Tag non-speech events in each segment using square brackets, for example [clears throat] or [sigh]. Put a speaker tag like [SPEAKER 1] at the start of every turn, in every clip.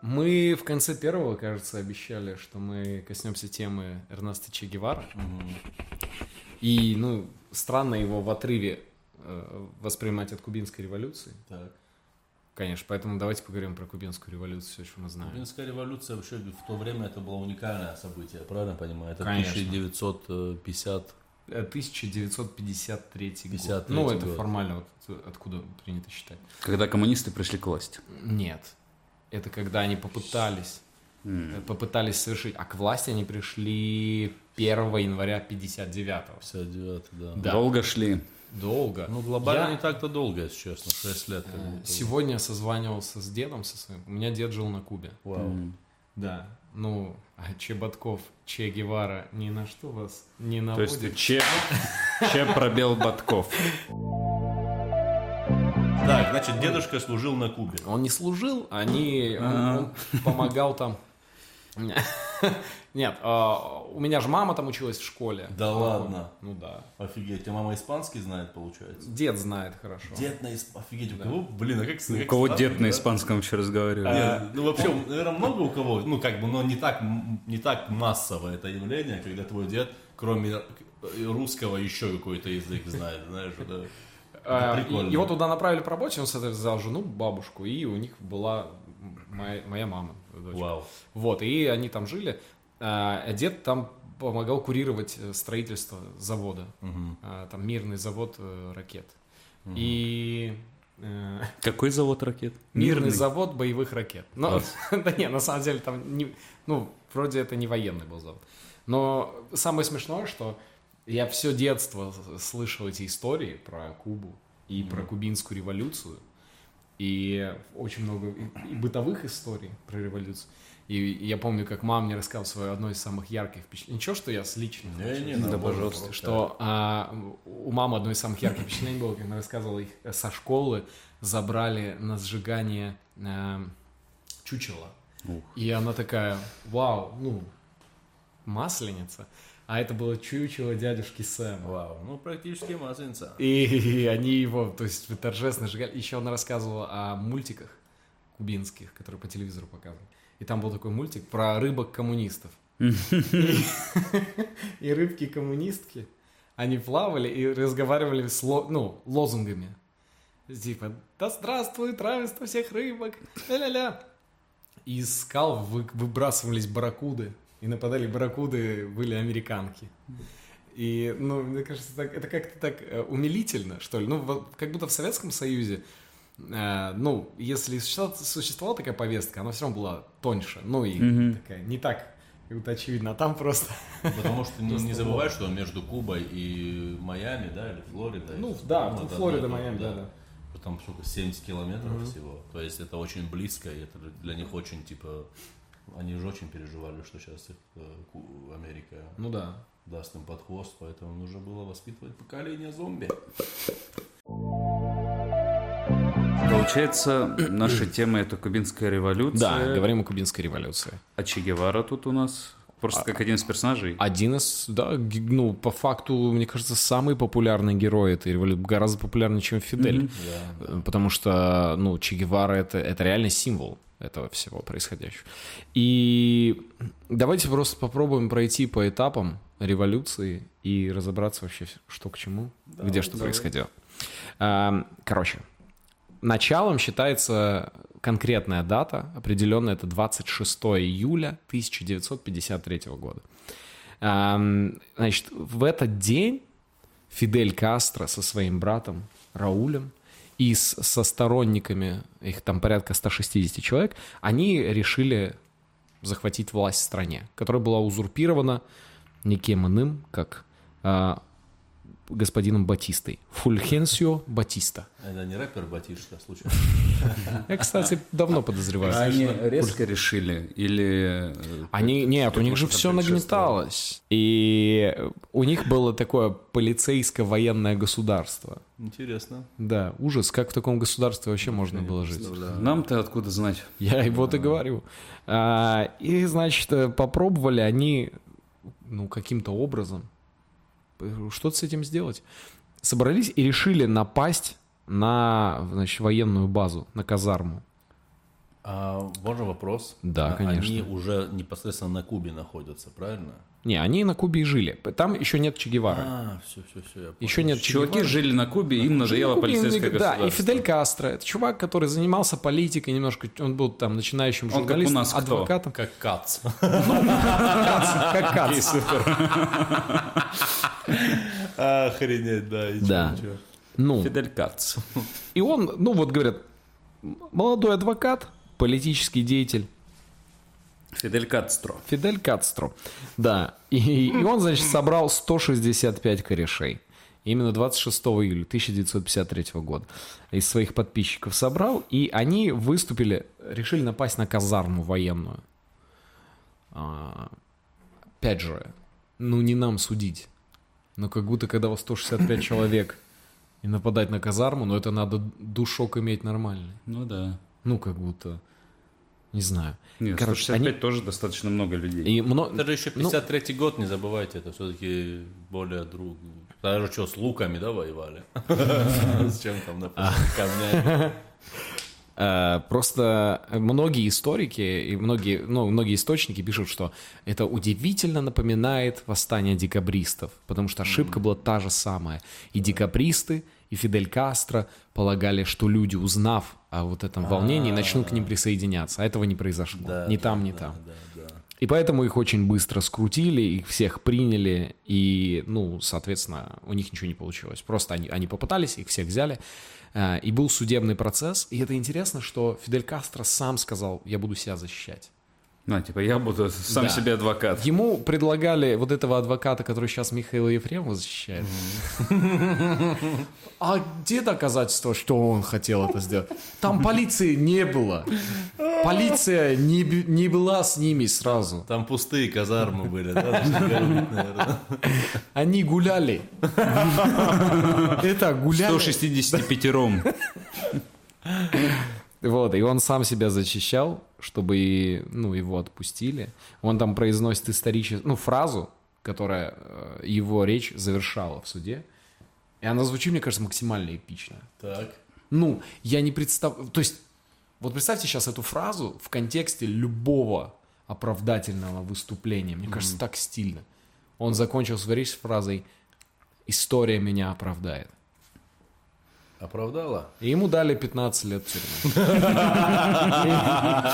[SPEAKER 1] Мы в конце первого, кажется, обещали, что мы коснемся темы Эрнеста Че Гевара. И, ну, странно его в отрыве э, воспринимать от кубинской революции.
[SPEAKER 2] Так.
[SPEAKER 1] Конечно, поэтому давайте поговорим про кубинскую революцию, все, что мы знаем.
[SPEAKER 2] Кубинская революция вообще в то время это было уникальное событие, я правильно понимаю? Это
[SPEAKER 1] Конечно.
[SPEAKER 2] 1950.
[SPEAKER 1] Э, 1953 год.
[SPEAKER 2] 53
[SPEAKER 1] Ну, это
[SPEAKER 2] год.
[SPEAKER 1] формально, вот, э, откуда принято считать.
[SPEAKER 3] Когда коммунисты пришли к власти.
[SPEAKER 1] Нет. Это когда они попытались, э, попытались совершить, а к власти они пришли 1 января 59-го.
[SPEAKER 2] 59 да.
[SPEAKER 1] Да.
[SPEAKER 3] Долго шли.
[SPEAKER 1] Долго.
[SPEAKER 2] Ну, глобально
[SPEAKER 1] Я-
[SPEAKER 2] не так-то долго, если честно. 6 лет как будто.
[SPEAKER 1] Сегодня созванивался с дедом со своим. У меня дед жил на Кубе.
[SPEAKER 2] Вау.
[SPEAKER 1] Да. Ну, а Чеботков, Че Гевара ни на что вас не
[SPEAKER 3] То
[SPEAKER 1] наводит.
[SPEAKER 3] есть Че, Че пробел Батков.
[SPEAKER 2] Так, значит, дедушка служил на Кубе.
[SPEAKER 1] Он не служил, они... он- он помогал там. [laughs] Нет, а, у меня же мама там училась в школе.
[SPEAKER 2] Да ладно.
[SPEAKER 1] Ну да.
[SPEAKER 2] Офигеть, тебя мама испанский знает, получается?
[SPEAKER 1] Дед знает хорошо.
[SPEAKER 2] Дед на исп... Офигеть, у кого, блин, а как...
[SPEAKER 3] У кого дед на А. испанском еще разговаривал?
[SPEAKER 2] Нет, ну вообще, наверное, много у кого, ну как бы, но не так, м- не так массово это явление, когда твой дед, кроме э, русского, еще какой-то язык знает, знаешь, да.
[SPEAKER 1] А, и-
[SPEAKER 2] Прикольно.
[SPEAKER 1] Его туда направили по работе, он, соответственно, взял жену, бабушку, и у них была м- моя, моя мама. дочка.
[SPEAKER 2] Вау.
[SPEAKER 1] Вот, и они там жили. А, Дед там помогал курировать э, строительство завода. А, Там мирный завод э, ракет. И... э,
[SPEAKER 3] Какой завод ракет?
[SPEAKER 1] Мирный завод боевых ракет. Но,
[SPEAKER 3] Класс.
[SPEAKER 1] [laughs] да не, на самом деле там не, ну вроде это не военный был завод. Но самое смешное, что я все детство с- слышал эти истории про Кубу и про кубинскую революцию и очень много и- и бытовых историй про революцию. И я помню, как мама мне рассказала свое одно из самых ярких впечатлений. Ничего, что я с личных. очень
[SPEAKER 2] Не-не,
[SPEAKER 1] не
[SPEAKER 2] наоборот,
[SPEAKER 1] пожалуйста.
[SPEAKER 2] так.
[SPEAKER 1] Что а, у мамы одно из самых ярких впечатлений было, как она рассказывала, их э, со школы забрали на сжигание эм, чучела. И она такая, вау, ну, масленица. А это было чучело дядюшки Сэма.
[SPEAKER 2] Вау, ну практически масленица.
[SPEAKER 1] И они его, то есть, торжественно сжигали. Еще она рассказывала о мультиках кубинских, которые по телевизору показывали. И там был такой мультик про рыбок-коммунистов. И и рыбки-коммунистки, они плавали и разговаривали с ло- ну, лозунгами. Типа, да здравствует равенство всех рыбок, ля-ля-ля. И из скал вы- выбрасывались барракуды. И нападали барракуды, были американки. И, ну, мне кажется, так- это как-то так э, умилительно, что ли. Ну, вот как будто в Советском Союзе, э, ну, если и существовала, существовала такая повестка, она все равно была тоньше. Ну, и такая, не так, как будто очевидно. А там просто,
[SPEAKER 2] Потому что не, не забывай, что между Кубой и Майами, да, или Флоридой.
[SPEAKER 1] Ну, да,
[SPEAKER 2] Ну,
[SPEAKER 1] Фл-
[SPEAKER 2] это
[SPEAKER 1] Флорида,
[SPEAKER 2] одно и то,
[SPEAKER 1] Майами, да, да.
[SPEAKER 2] Вот Там сколько, 70 километров всего. То есть это очень близко, и это для них очень, типа, они же очень переживали, что сейчас их э, Ку- Америка
[SPEAKER 1] ну да.
[SPEAKER 2] даст им под хвост, поэтому нужно было воспитывать поколение зомби.
[SPEAKER 3] Получается, наша тема это кубинская революция.
[SPEAKER 1] говорим о кубинской революции.
[SPEAKER 3] А Че Гевара тут у нас просто как один из персонажей.
[SPEAKER 1] Один из, да, г- ну, по факту, мне кажется, самый популярный герой этой революции, гораздо популярнее, чем Фидель. Э, Потому что, ну, Че Гевара это, — это реально символ этого всего происходящего. И давайте просто попробуем пройти по этапам революции и разобраться вообще, что к чему, где что происходило. А, Короче, началом считается конкретная дата, определенная это 26 июля 1953 года. Ам, Значит, в этот день Фидель Кастро со своим братом Раулем и с- со сторонниками, их там порядка 160 человек, они решили захватить власть в стране, которая была узурпирована никем иным, как а, господином Батистой. Фульхенсио Батиста.
[SPEAKER 2] Это не рэпер Батишка, случайно.
[SPEAKER 1] Я, кстати, давно подозреваю.
[SPEAKER 3] они резко решили или э,
[SPEAKER 1] Они, нет, у них же
[SPEAKER 3] что-то
[SPEAKER 1] все
[SPEAKER 3] предшествовало.
[SPEAKER 1] нагнеталось. И у них было такое полицейско-военное государство.
[SPEAKER 2] Интересно.
[SPEAKER 1] Да, ужас, как в таком государстве вообще можно было жить.
[SPEAKER 3] Нам-то откуда знать?
[SPEAKER 1] Я и вот и говорю. А, и, значит, э, попробовали они, ну, каким-то образом э, что-то с этим сделать. Собрались и решили напасть на, значит, военную базу, на казарму
[SPEAKER 2] А, можно вопрос?
[SPEAKER 1] Да,
[SPEAKER 2] А,
[SPEAKER 1] конечно.
[SPEAKER 2] Они уже непосредственно на Кубе находятся, правильно?
[SPEAKER 1] Не, они на Кубе и жили. Там еще нет Че Гевары.
[SPEAKER 2] А, все, все, все, я понял.
[SPEAKER 1] еще нет Че
[SPEAKER 3] Чуваки
[SPEAKER 1] Гевары.
[SPEAKER 3] жили на Кубе, им надоело
[SPEAKER 1] Кубе,
[SPEAKER 3] Ну, полицейское
[SPEAKER 1] он- да, Ну, и
[SPEAKER 3] государство.
[SPEAKER 1] Фидель Кастро. Это чувак, который занимался политикой немножко. Он был там начинающим
[SPEAKER 3] как у
[SPEAKER 1] журналистом,
[SPEAKER 3] нас кто?
[SPEAKER 1] адвокатом.
[SPEAKER 2] Как Кац.
[SPEAKER 1] [laughs] Как Кац.
[SPEAKER 2] Охренеть, да. и чё,
[SPEAKER 1] Да.
[SPEAKER 2] чё.
[SPEAKER 1] Ну,
[SPEAKER 3] Фидель Кац.
[SPEAKER 1] и он, ну вот говорят, молодой адвокат, политический деятель,
[SPEAKER 3] Фидель Кастро.
[SPEAKER 1] Фидель Кастро. Да. И, и он, значит, собрал 165 корешей. Именно 26 июля 1953 года из своих подписчиков собрал, и они выступили, решили напасть на казарму военную. А, опять же, ну не нам судить, но как будто когда у вас 165 человек и нападать на казарму, но это надо душок иметь нормальный.
[SPEAKER 3] Ну да.
[SPEAKER 1] Ну как будто, не знаю.
[SPEAKER 3] Нет,
[SPEAKER 1] Короче,
[SPEAKER 3] 165
[SPEAKER 1] они-
[SPEAKER 3] тоже достаточно много людей.
[SPEAKER 1] И мно-
[SPEAKER 2] Это же еще
[SPEAKER 1] ну,
[SPEAKER 2] 53-й год, не забывайте, это все-таки более друг. Даже что, с луками, да, [laughs] воевали? С чем там,
[SPEAKER 1] А.
[SPEAKER 2] например,
[SPEAKER 1] [laughs]
[SPEAKER 2] камнями?
[SPEAKER 1] Э, Просто многие историки и многие, ну, многие источники пишут, что это удивительно напоминает восстание декабристов, потому что ошибка была та же самая. И декабристы, и Фидель Кастро полагали, что люди, узнав о вот этом волнении, начнут к ним присоединяться. А этого не произошло.
[SPEAKER 2] Да,
[SPEAKER 1] ни
[SPEAKER 2] да,
[SPEAKER 1] там, ни
[SPEAKER 2] да,
[SPEAKER 1] там.
[SPEAKER 2] да, да.
[SPEAKER 1] И поэтому их очень быстро скрутили, их всех приняли, и, ну, соответственно, у них ничего не получилось. Просто они, они попытались, их всех взяли, э, и был судебный процесс. И это интересно, что Фидель Кастро сам сказал, я буду себя защищать.
[SPEAKER 3] Ну, типа, я буду сам
[SPEAKER 1] Да.
[SPEAKER 3] себе адвокат.
[SPEAKER 1] Ему предлагали вот этого адвоката, который сейчас Михаила Ефремова защищает. А где доказательства, что он хотел это сделать? Там полиции не было. Полиция не, б- не была с ними сразу.
[SPEAKER 2] Там пустые казармы были, да? [laughs] даже не горит, наверное.
[SPEAKER 1] Они гуляли. Это гуляли.
[SPEAKER 3] 165-ром.
[SPEAKER 1] Вот, и он сам себя защищал, чтобы и, ну, его отпустили. Он там произносит историческую, ну, фразу, которая э, его речь завершала в суде. И она звучит, мне кажется, максимально эпично.
[SPEAKER 2] Так.
[SPEAKER 1] Ну, я не представляю... То есть, вот представьте сейчас эту фразу в контексте любого оправдательного выступления. Мне кажется, так стильно. Он закончил свою речь с фразой «История меня оправдает».
[SPEAKER 2] Оправдала?
[SPEAKER 1] И ему дали 15 лет тюрьмы.
[SPEAKER 2] А,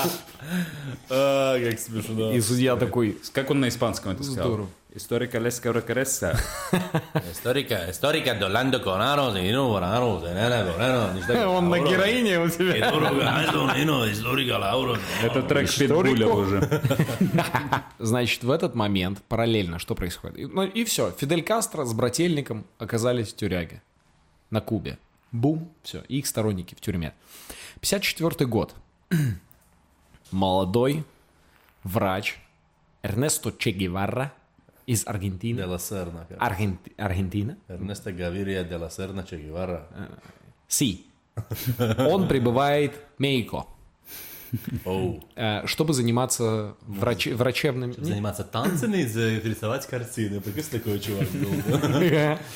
[SPEAKER 2] как смешно.
[SPEAKER 1] И судья такой...
[SPEAKER 3] Как он на испанском это сказал?
[SPEAKER 1] Здорово.
[SPEAKER 3] Историка леска рокареса.
[SPEAKER 2] Историка, историка Доландо Конарос, и ну, Варанарос, и Нена Дорено, не
[SPEAKER 1] «Э,
[SPEAKER 2] знаю, Лауро.
[SPEAKER 1] у
[SPEAKER 2] И
[SPEAKER 1] тебя.
[SPEAKER 2] Доро Гальдо, и ну, историка Лауро.
[SPEAKER 3] Это трек Питбуля уже.
[SPEAKER 1] Значит, в этот момент параллельно что происходит? И, ну и все. Фидель Кастро с брательником оказались в тюряге. На Кубе. Бум. Все. И их сторонники в тюрьме. 54 год. [clears throat] Молодой врач Эрнесто Че Геварра из
[SPEAKER 2] Де
[SPEAKER 1] Аргентины.
[SPEAKER 2] ла Серна.
[SPEAKER 1] А.
[SPEAKER 2] как.
[SPEAKER 1] Аргенти- Аргентина?
[SPEAKER 2] Эрнесто Гавирия де ла Серна Че Гевара.
[SPEAKER 1] Си. Он прибывает в Мейко,
[SPEAKER 2] Оу.
[SPEAKER 1] э, чтобы заниматься врач... врачебными...
[SPEAKER 2] Заниматься танцами и рисовать картины. Прикинь, такой чувак был.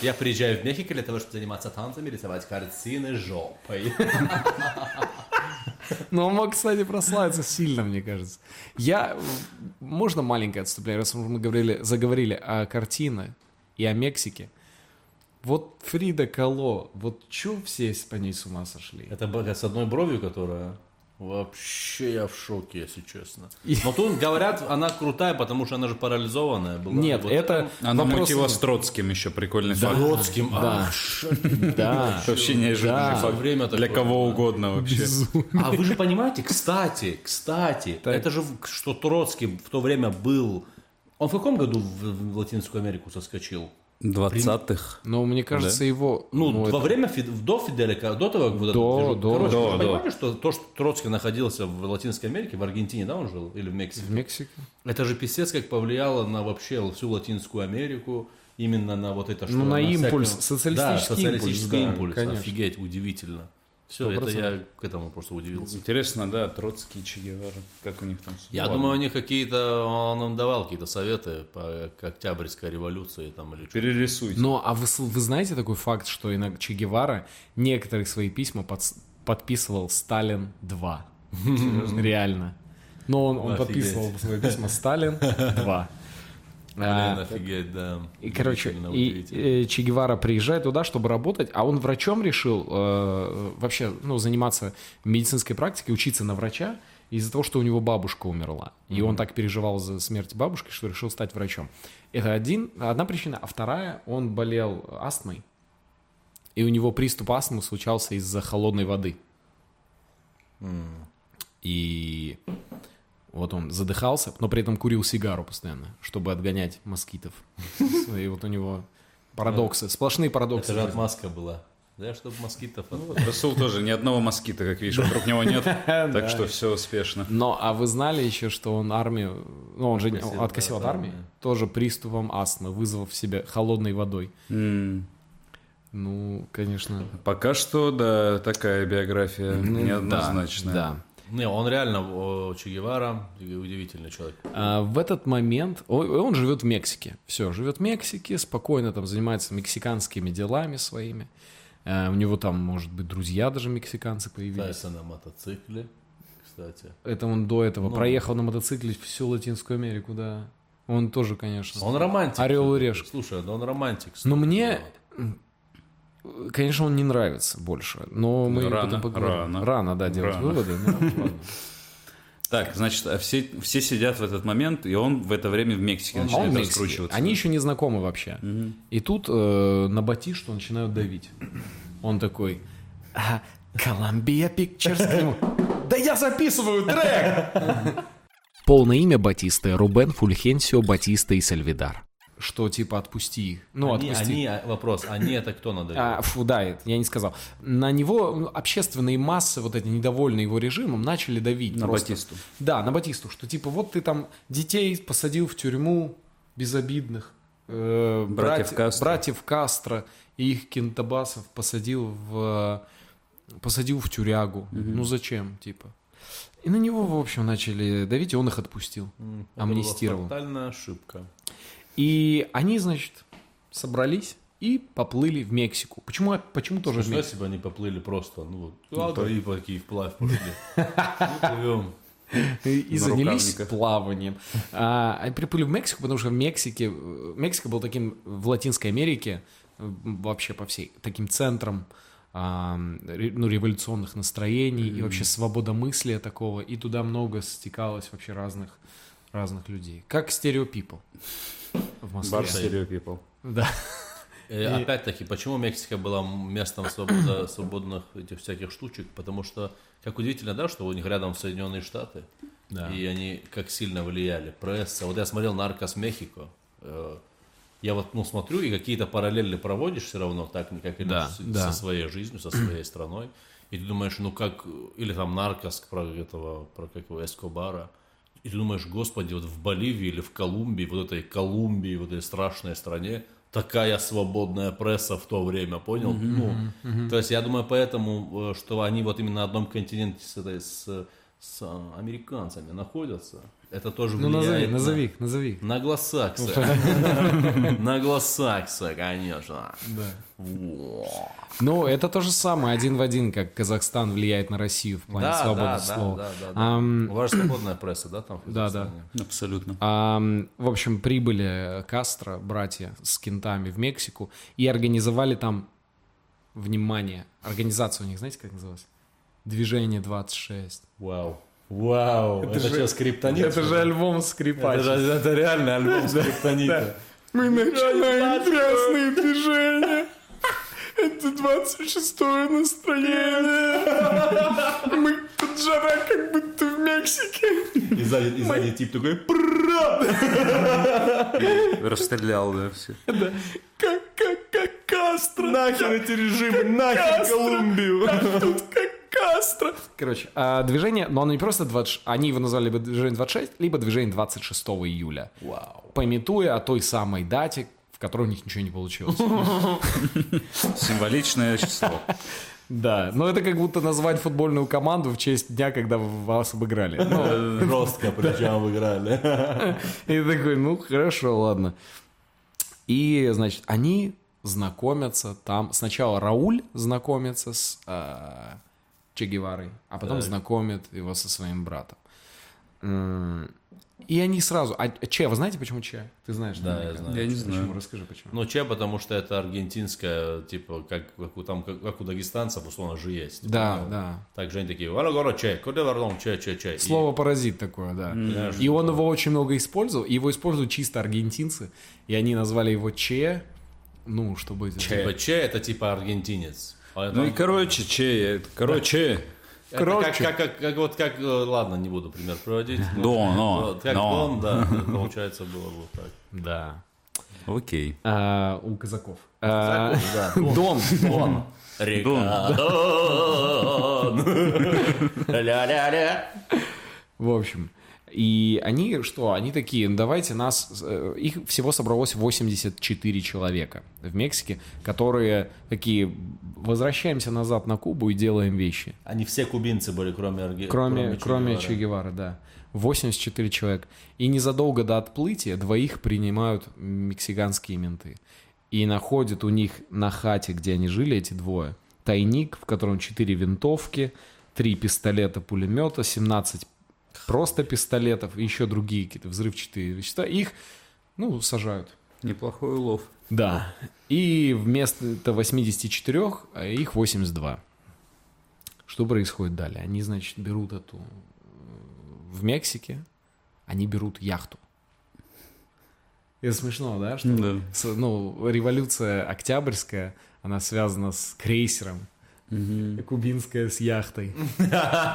[SPEAKER 2] Я приезжаю в Мехико для того, чтобы заниматься танцами, рисовать картины жопой.
[SPEAKER 1] [laughs] Но он мог, кстати, прославиться сильно, мне кажется. Я... Можно маленькое отступление, раз уж мы говорили, заговорили о картине и о Мексике. Вот Фрида Кало, вот чё все с- по ней с ума сошли?
[SPEAKER 2] [laughs] Это б- с одной бровью, которая... Вообще я в шоке, если честно. Но тут говорят, она крутая, потому что она же парализованная была.
[SPEAKER 1] Нет,
[SPEAKER 2] Вот
[SPEAKER 1] это
[SPEAKER 3] Она
[SPEAKER 1] вопрос-
[SPEAKER 3] мутила с Троцким еще, прикольный
[SPEAKER 2] с
[SPEAKER 3] факт.
[SPEAKER 2] Бродским.
[SPEAKER 1] Да.
[SPEAKER 2] Ах, ш-
[SPEAKER 1] Да.
[SPEAKER 3] Вообще неожиданный
[SPEAKER 1] Да.
[SPEAKER 3] факт.
[SPEAKER 2] Время
[SPEAKER 3] Для
[SPEAKER 2] такое,
[SPEAKER 3] кого
[SPEAKER 2] да.
[SPEAKER 3] угодно вообще.
[SPEAKER 2] А вы же понимаете, кстати, кстати,
[SPEAKER 1] Так.
[SPEAKER 2] это же, в- что Троцкий в то время был... Он в каком году в, в Латинскую Америку соскочил?
[SPEAKER 3] 20-х.
[SPEAKER 1] Но мне кажется, его...
[SPEAKER 2] Ну,
[SPEAKER 1] ну,
[SPEAKER 2] во
[SPEAKER 1] это-
[SPEAKER 2] время, Фид- до Фиделя, Ка- до того, как
[SPEAKER 1] До,
[SPEAKER 2] вот этот движок-
[SPEAKER 1] до,
[SPEAKER 2] Короче,
[SPEAKER 3] до,
[SPEAKER 2] вы
[SPEAKER 3] до.
[SPEAKER 2] понимаете, что то, что Троцкий находился в Латинской Америке, в Аргентине, да, он жил? Или в Мексике?
[SPEAKER 1] В Мексике?
[SPEAKER 2] Это же писец как повлияло на вообще всю Латинскую Америку, именно на вот это, что...
[SPEAKER 1] Ну, на импульс,
[SPEAKER 2] всякое- Да,
[SPEAKER 1] социалистический
[SPEAKER 2] социалистический
[SPEAKER 1] импульс, да,
[SPEAKER 2] импульс.
[SPEAKER 1] конечно.
[SPEAKER 2] Офигеть, удивительно. Все, это я к этому просто удивился.
[SPEAKER 3] Интересно, да, Троцкий и Че Гевара. Как у них там? всё?
[SPEAKER 2] Я
[SPEAKER 3] Ладно.
[SPEAKER 2] думаю, они какие-то, он им давал какие-то советы по к Октябрьской революции там или что.
[SPEAKER 3] Перерисуйте.
[SPEAKER 1] Но, а вы, с- вы знаете такой факт, что иногда Че Гевара некоторые свои письма подс- подписывал Сталин 2? Реально. Но он, он
[SPEAKER 2] Офигеть.
[SPEAKER 1] подписывал свои письма Сталин.
[SPEAKER 2] [laughs]
[SPEAKER 1] Два.
[SPEAKER 2] Блин,
[SPEAKER 1] А,
[SPEAKER 2] офигеть, да.
[SPEAKER 1] И, короче,
[SPEAKER 2] Удивительно, удивительно.
[SPEAKER 1] и, э, Че Гевара приезжает туда, чтобы работать, а он врачом решил э, вообще, ну, заниматься медицинской практикой, учиться на врача из-за того, что у него бабушка умерла. И он так переживал за смерть бабушки, что решил стать врачом. Это один, одна причина. А вторая, он болел астмой, и у него приступ астмы случался из-за холодной воды. И вот он задыхался, но при этом курил сигару постоянно, чтобы отгонять москитов. И вот у него парадоксы, сплошные парадоксы.
[SPEAKER 2] Это же отмазка была. Да, чтобы москитов
[SPEAKER 1] Ну,
[SPEAKER 2] от-
[SPEAKER 3] Расул тоже ни одного москита, как видишь, вокруг него нет. Так что все успешно.
[SPEAKER 1] Но, а вы знали еще, что он армию, ну, он же не-
[SPEAKER 2] Откосил,
[SPEAKER 1] он откосил
[SPEAKER 2] да,
[SPEAKER 1] от
[SPEAKER 2] от
[SPEAKER 1] армии,
[SPEAKER 2] армии.
[SPEAKER 1] тоже приступом астмы, вызвав в себе холодной водой.
[SPEAKER 3] М,
[SPEAKER 1] Ну, конечно.
[SPEAKER 3] Пока что, да, такая биография
[SPEAKER 1] Ну,
[SPEAKER 3] неоднозначная.
[SPEAKER 1] Да.
[SPEAKER 2] Не, он реально о, Че Гевара, удивительный человек.
[SPEAKER 1] А, в этот момент о- он живет в Мексике. Все, живет в Мексике, спокойно там занимается мексиканскими делами своими. Э, У него там, может быть, друзья даже мексиканцы появились.
[SPEAKER 2] Тайсон на мотоцикле, кстати.
[SPEAKER 1] Это он до этого
[SPEAKER 3] Ну
[SPEAKER 1] проехал на мотоцикле всю Латинскую Америку, да. Он тоже, конечно.
[SPEAKER 2] Он романтик.
[SPEAKER 1] Орел и
[SPEAKER 2] кстати.
[SPEAKER 1] решка.
[SPEAKER 2] Слушай, да он романтик.
[SPEAKER 1] Но
[SPEAKER 2] кстати,
[SPEAKER 1] мне,
[SPEAKER 2] да.
[SPEAKER 1] м, конечно, он не нравится больше. Но мы
[SPEAKER 3] Ну, Рано,
[SPEAKER 1] потом поговорим.
[SPEAKER 3] рано.
[SPEAKER 1] да, делать
[SPEAKER 3] Рано.
[SPEAKER 1] выводы. но ладно.
[SPEAKER 3] Так, значит, а все, все сидят в этот момент, и он в это время в Мексике
[SPEAKER 1] А он
[SPEAKER 3] начинает
[SPEAKER 1] в Мексике.
[SPEAKER 3] раскручиваться.
[SPEAKER 1] Они еще не знакомы вообще. И тут э, на Батишту начинают давить. Он такой, «А, Columbia Pictures. К нему, Да я записываю трек!
[SPEAKER 4] Полное имя Батисты Рубен Фульхенсио Батиста и Сальвидар.
[SPEAKER 1] Что типа отпусти их. Ну,
[SPEAKER 2] Они,
[SPEAKER 1] отпусти.
[SPEAKER 2] они, а, вопрос, они это кто надо?
[SPEAKER 1] А, фу, да, это я не сказал. На него ну, общественные массы, вот эти недовольные его режимом, начали давить.
[SPEAKER 3] На
[SPEAKER 1] просто.
[SPEAKER 3] Батисту.
[SPEAKER 1] Да, на Батисту, что типа вот ты там детей посадил в тюрьму безобидных. э,
[SPEAKER 3] Братьев
[SPEAKER 1] брать-
[SPEAKER 3] Кастро.
[SPEAKER 1] братьев Кастро и их кентабасов посадил в э, посадил в тюрягу. Ну зачем, типа? И на него, в общем, начали давить, и он их отпустил, амнистировал.
[SPEAKER 2] Тотальная ошибка.
[SPEAKER 1] И они, значит, собрались и поплыли в Мексику. Почему, почему тоже в
[SPEAKER 2] Что
[SPEAKER 1] Мексику?
[SPEAKER 2] если бы они поплыли просто, ну вот, ладно, и такие вплавь пошли. [laughs] Ну, плывем.
[SPEAKER 1] и и
[SPEAKER 3] На
[SPEAKER 1] занялись
[SPEAKER 3] рукавниках.
[SPEAKER 1] плаванием. А, а приплыли в Мексику, потому что в Мексике, э, Мексика был таким в Латинской Америке э, вообще по всей таким центром а, ре- ну, революционных настроений и вообще свободомыслия такого, и туда много стекалось вообще разных разных людей. Как стереопипл в Москве.
[SPEAKER 3] Бар Stereo People.
[SPEAKER 1] Да.
[SPEAKER 2] Э, Опять-таки, почему Мексика была местом свобода- свободных этих всяких штучек? Потому что, как удивительно, да, что у них рядом Соединенные Штаты. И они как сильно влияли. Пресса. Вот я смотрел «Наркос Мехико». э, Я вот, ну, смотрю, и какие-то параллели проводишь все равно, так, как и
[SPEAKER 1] Да,
[SPEAKER 2] с-
[SPEAKER 1] да.
[SPEAKER 2] со своей жизнью, со своей страной. И ты думаешь, ну как... Или там «Наркос» про этого, про как его, Эскобара. И ты думаешь, господи, вот в Боливии или в Колумбии, вот этой Колумбии, вот этой страшной стране, такая свободная пресса в то время, понял? Ну, То есть я думаю, поэтому, э, что они вот именно на одном континенте с, этой, с, с, э, американцами находятся, это тоже
[SPEAKER 1] Ну назови,
[SPEAKER 2] влияет на-
[SPEAKER 1] назови, назови.
[SPEAKER 2] На
[SPEAKER 1] Ну,
[SPEAKER 2] гласакса.
[SPEAKER 1] [laughs]
[SPEAKER 2] На гласакса, конечно.
[SPEAKER 1] Ну, это то же самое, один в один, как Казахстан влияет на Россию в плане
[SPEAKER 2] Да,
[SPEAKER 1] свободы
[SPEAKER 2] да, да,
[SPEAKER 1] слова.
[SPEAKER 2] да, да, да.
[SPEAKER 1] Ам,
[SPEAKER 2] У вас же свободная пресса, да, там? в
[SPEAKER 1] Да, да.
[SPEAKER 2] Казахстане?
[SPEAKER 3] Абсолютно.
[SPEAKER 1] А, м, в общем, прибыли Кастро, братья с кентами в Мексику и организовали там, внимание, организация у них, знаете, как называлась? Движение 26.
[SPEAKER 2] Вау. Вау, это, же скриптонит. что ли?
[SPEAKER 1] альбом
[SPEAKER 2] Это
[SPEAKER 1] скрипач.
[SPEAKER 2] же- это реально альбом скриптонита.
[SPEAKER 1] Мы начинаем красные движения. Это 26-е настроение. Мы тут жара как будто в Мексике.
[SPEAKER 2] И сзади, и сзади тип такой, «Пррр».
[SPEAKER 3] Расстрелял, да, все.
[SPEAKER 1] Как, как, как Кастро.
[SPEAKER 2] нахер эти режимы, нахер Колумбию.
[SPEAKER 1] Тут как Кастро. Короче, а, движение, но оно не просто 20, они его назвали бы движение 26, либо движение 26 июля.
[SPEAKER 2] Вау.
[SPEAKER 1] Пометуя о той самой дате, в которой у них ничего не получилось.
[SPEAKER 3] Символичное число.
[SPEAKER 1] Да, но это как будто назвать футбольную команду в честь дня, когда вас обыграли. Ну,
[SPEAKER 2] Жестко причем играли.
[SPEAKER 1] И такой, ну хорошо, ладно. И, значит, они знакомятся там. Сначала Рауль знакомится с э, Че Геварой, а потом
[SPEAKER 2] Так.
[SPEAKER 1] знакомит его со своим братом. М, И они сразу... А Че, вы знаете, почему Че? Ты знаешь,
[SPEAKER 2] Да, я
[SPEAKER 1] наверняка.
[SPEAKER 2] знаю.
[SPEAKER 3] Я не
[SPEAKER 1] Почему?
[SPEAKER 3] знаю.
[SPEAKER 1] Расскажи, почему.
[SPEAKER 2] Ну, че, потому что это аргентинская, типа, как, как у, там, как, как у дагестанцев, условно же есть.
[SPEAKER 1] Да, да.
[SPEAKER 2] Так же они такие, «Вара, гора, че, куда варлом, че, че, че. И-
[SPEAKER 1] Слово паразит такое, да. И он его очень много использовал. и Его используют чисто аргентинцы. И они назвали его Че. Ну, чтобы...
[SPEAKER 2] Типа, че, это типа аргентинец. А это-
[SPEAKER 3] Ну и короче, че, я- короче,
[SPEAKER 2] это
[SPEAKER 1] короче.
[SPEAKER 2] Как, как, как, как вот как, э, ладно, не буду пример приводить. но-
[SPEAKER 3] Дон, но,
[SPEAKER 2] Вот, Как
[SPEAKER 3] но.
[SPEAKER 2] он, да,
[SPEAKER 1] [laughs]
[SPEAKER 2] получается, было бы так.
[SPEAKER 1] Да.
[SPEAKER 3] Окей.
[SPEAKER 1] А, у казаков. А, [laughs] Дон. Дон.
[SPEAKER 3] Дон.
[SPEAKER 2] Ля-ля-ля.
[SPEAKER 1] В общем. И они что? Они такие, «Ну, давайте нас... э, Их всего собралось 84 человека в Мексике, которые такие, возвращаемся назад на Кубу и делаем вещи.
[SPEAKER 2] Они все кубинцы были, кроме арге-
[SPEAKER 1] Кроме, кроме
[SPEAKER 2] Че
[SPEAKER 1] Че Гевары, да. 84 человек. И незадолго до отплытия двоих принимают мексиканские менты. И находят у них на хате, где они жили, эти двое, тайник, в котором 4 винтовки, 3 пистолета, пулемета, 17 просто пистолетов и еще другие какие-то взрывчатые вещества. Их, ну, сажают.
[SPEAKER 3] Неплохой улов.
[SPEAKER 1] Да. И вместо 84 а их 82. Что происходит далее? Они, значит, берут эту... э, В Мексике они берут яхту. Это смешно, да? Что,
[SPEAKER 3] Да.
[SPEAKER 1] с- ну, революция октябрьская, она связана с крейсером. Кубинская с яхтой. [laughs]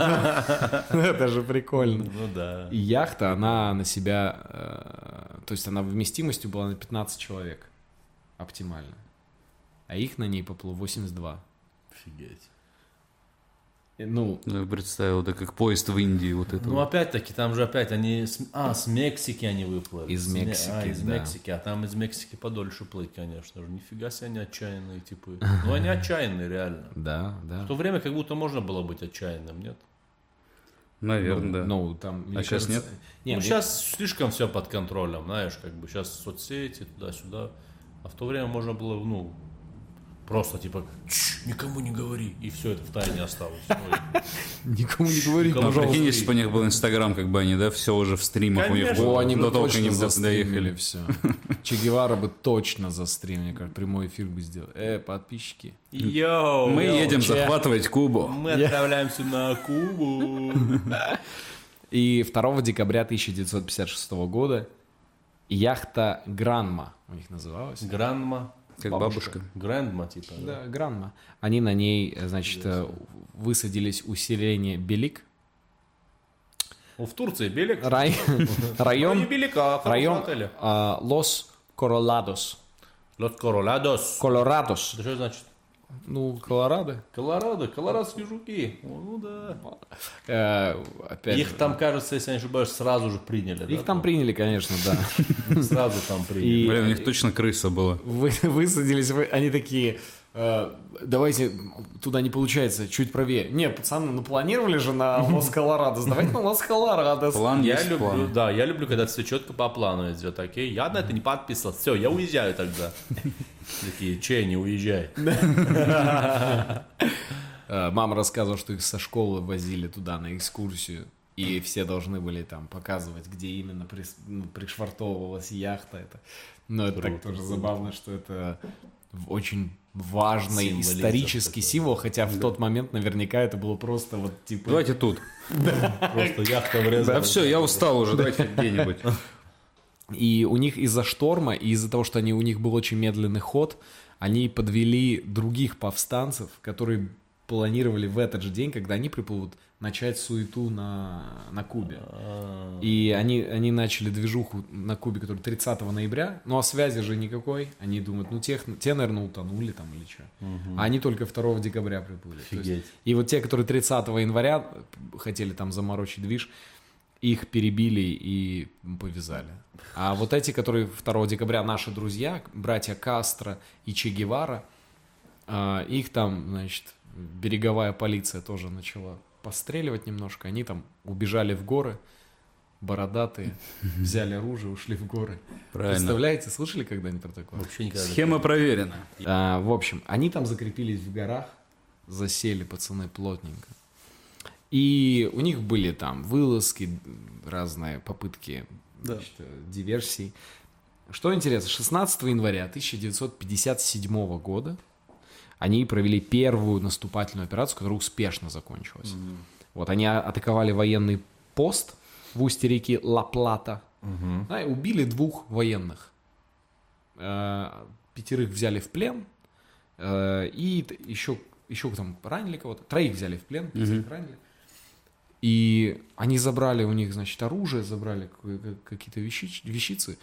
[SPEAKER 1] Это же прикольно.
[SPEAKER 2] Ну да.
[SPEAKER 1] И яхта, она на себя, э, то есть она вместимостью была на 15 человек оптимально. А их на ней поплыло 82.
[SPEAKER 2] Офигеть.
[SPEAKER 1] И, Ну,
[SPEAKER 3] Я представил, да как поезд в Индии вот это.
[SPEAKER 2] Ну
[SPEAKER 3] вот.
[SPEAKER 2] опять-таки, там же опять они... с- А, с Мексики они выплыли.
[SPEAKER 1] Из
[SPEAKER 2] С Ме-
[SPEAKER 1] Мексики,
[SPEAKER 2] А, из
[SPEAKER 1] да.
[SPEAKER 2] Мексики. А там из Мексики подольше плыть, конечно же. Нифига себе они отчаянные
[SPEAKER 1] [laughs]
[SPEAKER 2] типы. Ну они отчаянные, реально.
[SPEAKER 1] да, да.
[SPEAKER 2] В то время как будто можно было быть отчаянным, нет?
[SPEAKER 3] Наверное,
[SPEAKER 1] Ну,
[SPEAKER 3] да.
[SPEAKER 1] Ну, там... мне
[SPEAKER 3] щас
[SPEAKER 1] кажется-
[SPEAKER 3] нет?
[SPEAKER 1] Не,
[SPEAKER 2] ну,
[SPEAKER 1] мне-
[SPEAKER 2] сейчас слишком все под контролем, знаешь, как бы сейчас соцсети туда-сюда. А в то время можно было, ну, просто типа, «Чш, никому не говори, и все это в тайне осталось. Ой.
[SPEAKER 1] Никому не говори,
[SPEAKER 2] Никому
[SPEAKER 3] А
[SPEAKER 1] пожалуйста.
[SPEAKER 3] прикинь, если бы у них был Инстаграм, как бы они, да, все уже в стримах. у них
[SPEAKER 2] Конечно.
[SPEAKER 3] было,
[SPEAKER 1] О, они бы
[SPEAKER 3] до того, как
[SPEAKER 1] точно
[SPEAKER 3] они до-
[SPEAKER 1] застримили все. [laughs] Че Гевара бы точно застрим, мне кажется, прямой эфир бы сделал. Э, подписчики.
[SPEAKER 2] [laughs] Йоу,
[SPEAKER 3] Мы
[SPEAKER 2] йоу,
[SPEAKER 3] едем
[SPEAKER 2] че?
[SPEAKER 3] захватывать Кубу.
[SPEAKER 2] Мы отправляемся на [laughs] Кубу.
[SPEAKER 1] И 2 декабря 1956 года яхта Гранма у них называлась.
[SPEAKER 2] Гранма.
[SPEAKER 3] Как бабушка.
[SPEAKER 2] Грандма, типа. да?
[SPEAKER 1] Да, Гранма. Они на ней, э, значит, э, высадились у селения Белик.
[SPEAKER 2] О, Ну, в Турции Белик.
[SPEAKER 1] Рай-
[SPEAKER 2] Ну, не
[SPEAKER 1] Район,
[SPEAKER 2] Белик, а хорошего
[SPEAKER 1] район
[SPEAKER 2] отеля.
[SPEAKER 1] а, Лос Короладос.
[SPEAKER 2] Лос Короладос.
[SPEAKER 1] Колорадос.
[SPEAKER 2] Да что значит?
[SPEAKER 1] Ну, Колорадо.
[SPEAKER 2] Колорадо, колорадские жуки. О, Ну да.
[SPEAKER 1] Э, Опять
[SPEAKER 2] Их
[SPEAKER 1] же.
[SPEAKER 2] там, кажется, если я не ошибаюсь, сразу же приняли. да,
[SPEAKER 1] Их там приняли, конечно, да.
[SPEAKER 2] Сразу там приняли.
[SPEAKER 1] И-
[SPEAKER 3] Блин, у них точно крыса была.
[SPEAKER 1] Вы- высадились, вы- они такие, «Э, давайте, туда не получается, чуть правее. Не, пацаны, ну планировали же на Лос-Колорадос, давайте на Лос-Колорадос.
[SPEAKER 3] План
[SPEAKER 2] Я
[SPEAKER 3] есть
[SPEAKER 2] люблю,
[SPEAKER 3] план.
[SPEAKER 2] да, я люблю, когда все четко по плану идет, окей? Я на это не подписывался, все, я уезжаю тогда. Такие, че, не уезжай.
[SPEAKER 1] Э, Мама рассказывала, что их со школы возили туда на экскурсию, и все должны были там показывать, где именно прис- ну, пришвартовывалась яхта. Это... Но это так тоже забавно, что это в- очень важный
[SPEAKER 2] Символизм
[SPEAKER 1] исторический
[SPEAKER 2] такой.
[SPEAKER 1] символ, хотя в тот момент наверняка это было просто вот типа...
[SPEAKER 3] Давайте тут.
[SPEAKER 2] Просто яхта
[SPEAKER 3] Да
[SPEAKER 2] врезала.
[SPEAKER 3] все, я устал уже, давайте где-нибудь.
[SPEAKER 1] И у них из-за шторма, и из-за того, что они, у них был очень медленный ход, они подвели других повстанцев, которые планировали в этот же день, когда они приплывут, начать суету на, на Кубе.
[SPEAKER 2] А,
[SPEAKER 1] И они, они начали движуху на Кубе, который 30 ноября, ну а связи же никакой. Они думают, ну тех, те, наверное, утонули там или что. А они только 2 декабря приплыли. То есть-
[SPEAKER 2] Офигеть.
[SPEAKER 1] и вот те, которые 30 января хотели там заморочить движ, их перебили и повязали. А вот эти, которые 2 декабря наши друзья, братья Кастро и Че Гевара, а, их там, значит, береговая полиция тоже начала постреливать немножко. Они там убежали в горы, бородатые, взяли оружие, ушли в горы.
[SPEAKER 3] Правильно.
[SPEAKER 1] Представляете, слышали когда-нибудь про такое?
[SPEAKER 2] Вообще никогда.
[SPEAKER 3] Схема проверена.
[SPEAKER 1] Э, А, в общем, они там закрепились в горах, засели пацаны плотненько. И у них были там вылазки, разные попытки значит, диверсий. Что интересно, 16 января 1957 года они провели первую наступательную операцию, которая успешно закончилась. Вот они а- атаковали военный пост в устье реки Ла-Плата. Да, и убили двух военных. Э, Пятерых взяли в плен. э, И т- еще, еще там ранили кого-то. Троих взяли в плен, пятерых ранили. И они забрали у них, значит, оружие, забрали какое- ка- какие-то вещи- вещицы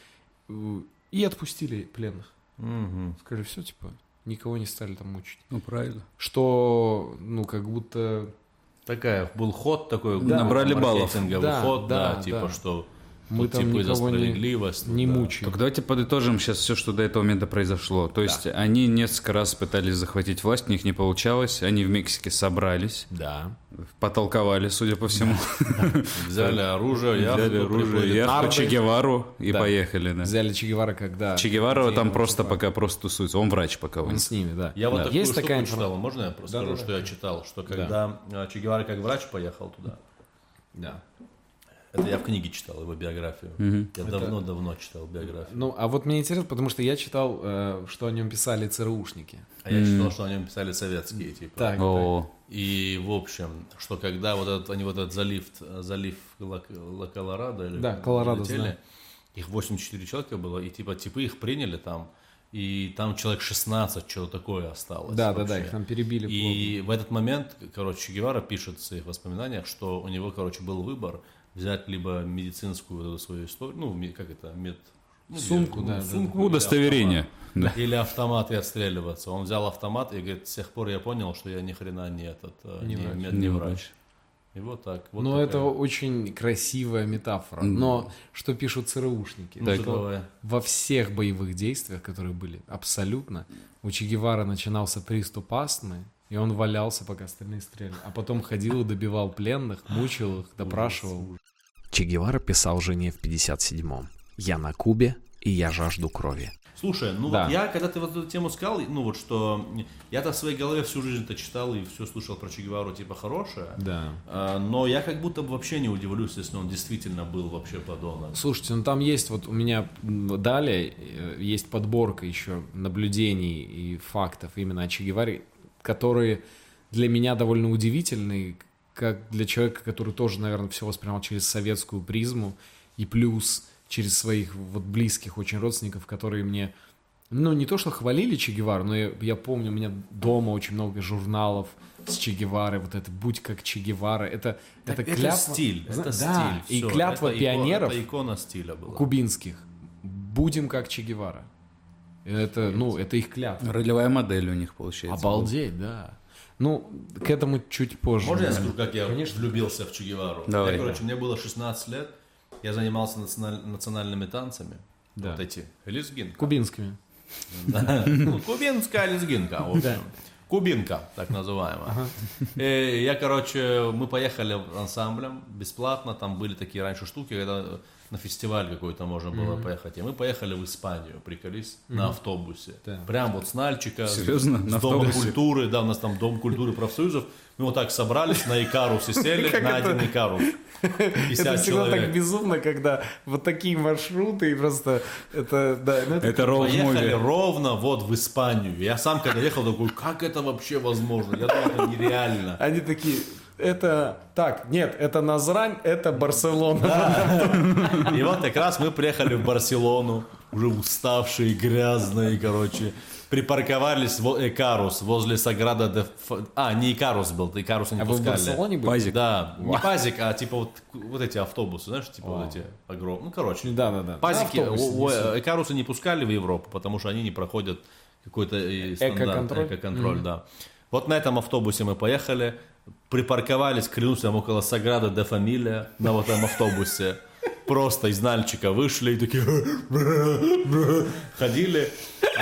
[SPEAKER 1] э, и отпустили пленных.
[SPEAKER 2] Мгм.
[SPEAKER 1] Скажи, все, типа, никого не стали там мучить.
[SPEAKER 3] Ну, правильно.
[SPEAKER 1] Что, ну, как будто
[SPEAKER 2] Такая, был ход такой,
[SPEAKER 3] Да. Набрали
[SPEAKER 2] там,
[SPEAKER 3] баллов.
[SPEAKER 2] маркетинговый
[SPEAKER 1] Да,
[SPEAKER 2] ход, да,
[SPEAKER 1] да,
[SPEAKER 2] типа,
[SPEAKER 1] да.
[SPEAKER 2] что
[SPEAKER 1] Мы
[SPEAKER 2] тут,
[SPEAKER 1] там
[SPEAKER 2] типа, за
[SPEAKER 1] никого не-
[SPEAKER 2] справедливость.
[SPEAKER 1] не
[SPEAKER 2] да.
[SPEAKER 1] мучили.
[SPEAKER 3] Так давайте подытожим сейчас все, что до этого момента произошло. То есть они несколько раз пытались захватить власть, у них не получалось. Они в Мексике собрались,
[SPEAKER 1] Да.
[SPEAKER 3] потолковали, судя по всему.
[SPEAKER 2] Взяли оружие, я
[SPEAKER 3] Взяли оружие, яхту, Че Гевару и поехали. да.
[SPEAKER 1] Взяли Че Гевара, когда...
[SPEAKER 3] Че Гевара
[SPEAKER 1] где
[SPEAKER 3] там
[SPEAKER 1] его
[SPEAKER 3] просто
[SPEAKER 1] чипа-
[SPEAKER 3] пока просто тусуется. Он врач пока. он.
[SPEAKER 1] Он с ними, да.
[SPEAKER 2] Я вот такую
[SPEAKER 1] Есть
[SPEAKER 2] штуку
[SPEAKER 1] такая информация.
[SPEAKER 2] читал, можно я просто скажу, что я читал, что когда э, Че Гевара как врач поехал туда,
[SPEAKER 1] Да.
[SPEAKER 2] это я в книге читал его биографию, я давно-давно читал биографию,
[SPEAKER 1] Ну, а вот мне интересно, потому что я читал, э, что о нем писали ЦРУшники.
[SPEAKER 2] а я читал, что о нем писали советские, типа.
[SPEAKER 1] Так,
[SPEAKER 3] О,
[SPEAKER 2] И, в общем, что когда вот этот, они вот этот залив, э, залив Ла, Ла- Колорадо... Или
[SPEAKER 1] Да, Колорадо,
[SPEAKER 2] летели,
[SPEAKER 1] знаю.
[SPEAKER 2] их 84 человека было, и типа типы их приняли там, и там человек 16, что такое осталось.
[SPEAKER 1] Да, да, да,
[SPEAKER 2] вообще.
[SPEAKER 1] их там перебили.
[SPEAKER 2] И в этот момент, короче, Че Гевара пишет в своих воспоминаниях, что у него, короче, был выбор взять либо медицинскую вот эту свою историю, ну, ми- как это, мед... ну,
[SPEAKER 1] Сумку,
[SPEAKER 2] ну,
[SPEAKER 1] да, да,
[SPEAKER 2] сумку или
[SPEAKER 3] удостоверение. Да.
[SPEAKER 2] автомат. Или автомат и отстреливаться. Он взял автомат и говорит, с тех пор я понял, что я ни хрена не этот, э, не,
[SPEAKER 1] врач.
[SPEAKER 2] мед,
[SPEAKER 3] Не
[SPEAKER 2] не
[SPEAKER 3] врач.
[SPEAKER 2] врач. И вот так. Вот
[SPEAKER 1] Ну,
[SPEAKER 2] такая.
[SPEAKER 1] это очень красивая метафора. Но что пишут ЦРУшники?
[SPEAKER 2] Ну,
[SPEAKER 1] что
[SPEAKER 2] давай.
[SPEAKER 1] во всех боевых действиях, которые были, абсолютно, у Че Гевара начинался приступ астмы, и он валялся, пока остальные стреляли. А потом ходил и добивал пленных, мучил их, допрашивал.
[SPEAKER 4] Че Гевара писал жене в 57-м. «Я на Кубе, и я жажду крови».
[SPEAKER 2] Слушай, ну
[SPEAKER 1] Да.
[SPEAKER 2] вот я, когда ты вот эту тему сказал, ну вот что, я-то в своей голове всю жизнь это читал и все слышал про Че Гевару, типа, хорошее.
[SPEAKER 1] Да.
[SPEAKER 2] А, Но я как будто бы вообще не удивлюсь, если он действительно был вообще подонок.
[SPEAKER 1] Слушайте, ну там есть вот у меня м, далее э, есть подборка еще наблюдений и фактов именно о Че Геваре, которые для меня довольно удивительны, как для человека, который тоже, наверное, все воспринимал через советскую призму и плюс через своих вот близких очень родственников, которые мне ну, не то, что хвалили Че Гевару, но я, я помню, у меня дома очень много журналов с Че Геварой, вот это «Будь как Че Гевара», это, это,
[SPEAKER 2] Это
[SPEAKER 1] клятва.
[SPEAKER 2] стиль,
[SPEAKER 1] Зна-
[SPEAKER 2] это стиль.
[SPEAKER 1] да, и
[SPEAKER 2] всё.
[SPEAKER 1] клятва
[SPEAKER 2] Это ико-
[SPEAKER 1] пионеров
[SPEAKER 2] это икона стиля была.
[SPEAKER 1] кубинских. Будем как Че Гевара. Это, ну, это их клятва.
[SPEAKER 3] Ролевая модель у них
[SPEAKER 1] ну.
[SPEAKER 3] получается.
[SPEAKER 1] Обалдеть, да. Ну, к этому чуть позже.
[SPEAKER 2] Можно я
[SPEAKER 1] наверное.
[SPEAKER 2] скажу, как я влюбился в Че Гевару?
[SPEAKER 3] Давай.
[SPEAKER 2] Я, короче, мне было 16 лет, я занимался националь- национальными танцами.
[SPEAKER 1] Да.
[SPEAKER 2] Вот эти. Лезгинка.
[SPEAKER 1] Кубинскими.
[SPEAKER 2] Да. Ну, Кубинская лезгинка, в общем. Кубинка, так называемая. Э, Я, короче, мы поехали ансамблем бесплатно. Там были такие раньше штуки, когда на фестиваль какой-то можно было поехать. И мы поехали в Испанию, приколись, на автобусе. Прям вот с Нальчика. с-
[SPEAKER 3] Серьезно?
[SPEAKER 2] С
[SPEAKER 3] На
[SPEAKER 2] Дома
[SPEAKER 3] автобусе?
[SPEAKER 2] культуры. Да, у нас там Дом культуры профсоюзов. Мы вот так собрались на Икарусе, сели на один Икарус. 50
[SPEAKER 1] Это всегда так
[SPEAKER 2] человек.
[SPEAKER 1] безумно, когда вот такие маршруты и просто это да, ну, это-
[SPEAKER 3] Это роуд
[SPEAKER 2] Поехали ровно вот в Испанию. Я сам когда ехал, такой, как это вообще возможно? Я думал, это нереально.
[SPEAKER 1] они такие. Это так, нет, это Назрань, это Барселона.
[SPEAKER 2] И вот как раз мы приехали в Барселону, уже уставшие, грязные, короче. Припарковались в Икарус возле Саграда де... Ф- А, не Икарус был, Икарус не
[SPEAKER 1] А вы в
[SPEAKER 2] пускали.
[SPEAKER 1] Барселоне были?
[SPEAKER 3] Базик.
[SPEAKER 2] Да, не пазик, а типа вот, вот эти автобусы, знаешь, типа вот эти огромные. Ну, короче,
[SPEAKER 1] Да, да, да.
[SPEAKER 2] пазики,
[SPEAKER 1] На автобусе
[SPEAKER 2] о- о,
[SPEAKER 1] несут.
[SPEAKER 2] Икарусы не пускали в Европу, потому что они не проходят какой-то э, стандарт,
[SPEAKER 1] Эко-контроль?
[SPEAKER 2] эко-контроль, да. Вот на этом автобусе мы поехали, припарковались, клянусь, там около Саграда де Фамилия на вот этом автобусе. Просто из Нальчика вышли и такие ходили.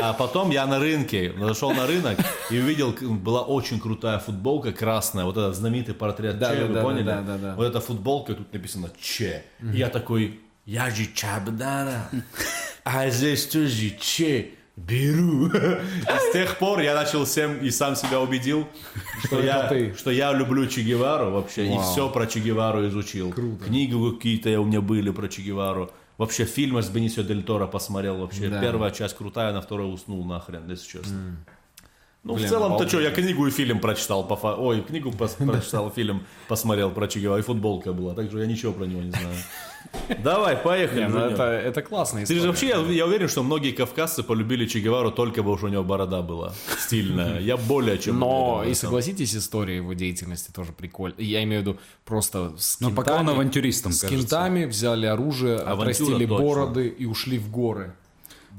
[SPEAKER 2] А потом я на рынке, зашел на рынок и увидел, к- была очень крутая футболка красная, вот этот знаменитый портрет
[SPEAKER 1] Да,
[SPEAKER 2] Че,
[SPEAKER 1] да,
[SPEAKER 2] вы
[SPEAKER 1] да, да,
[SPEAKER 2] поняли?
[SPEAKER 1] да, да, да.
[SPEAKER 2] Вот эта футболка, тут написано Че. И я такой, я же Чабдара, а здесь тоже Че. беру. И с тех пор я начал всем и сам себя убедил, что,
[SPEAKER 1] это
[SPEAKER 2] я,
[SPEAKER 1] ты.
[SPEAKER 2] что я люблю Че Гевару вообще. И все про Че Гевару изучил. Книги какие-то у меня были про Че Гевару. Вообще фильмы с Бенисио Дель Торо посмотрел вообще. Первая часть крутая, на второй уснул нахрен, если честно. Ну, в целом-то что, я книгу и фильм прочитал. По фа- Ой, книгу
[SPEAKER 1] [laughs]
[SPEAKER 2] пос- прочитал, фильм посмотрел про Че Гевару. И футболка была, так что я ничего про него не знаю. Давай, поехали.
[SPEAKER 1] Не, ну
[SPEAKER 2] Брунер.
[SPEAKER 1] это, это классная
[SPEAKER 2] Ты
[SPEAKER 1] история.
[SPEAKER 2] же вообще, я, я уверен, что многие кавказцы полюбили Че Гевару только бы уж у него борода была стильная. Я более чем
[SPEAKER 1] Но
[SPEAKER 2] уверен в
[SPEAKER 1] и
[SPEAKER 2] этом.
[SPEAKER 1] согласитесь, история его деятельности тоже прикольная. Я имею в виду просто с
[SPEAKER 2] Ну,
[SPEAKER 3] Но пока он
[SPEAKER 1] кентами-
[SPEAKER 3] авантюристом,
[SPEAKER 1] С
[SPEAKER 3] кажется.
[SPEAKER 1] кентами взяли оружие,
[SPEAKER 2] Авантюра
[SPEAKER 1] отрастили
[SPEAKER 2] точно. Ну,
[SPEAKER 1] бороды и ушли в горы.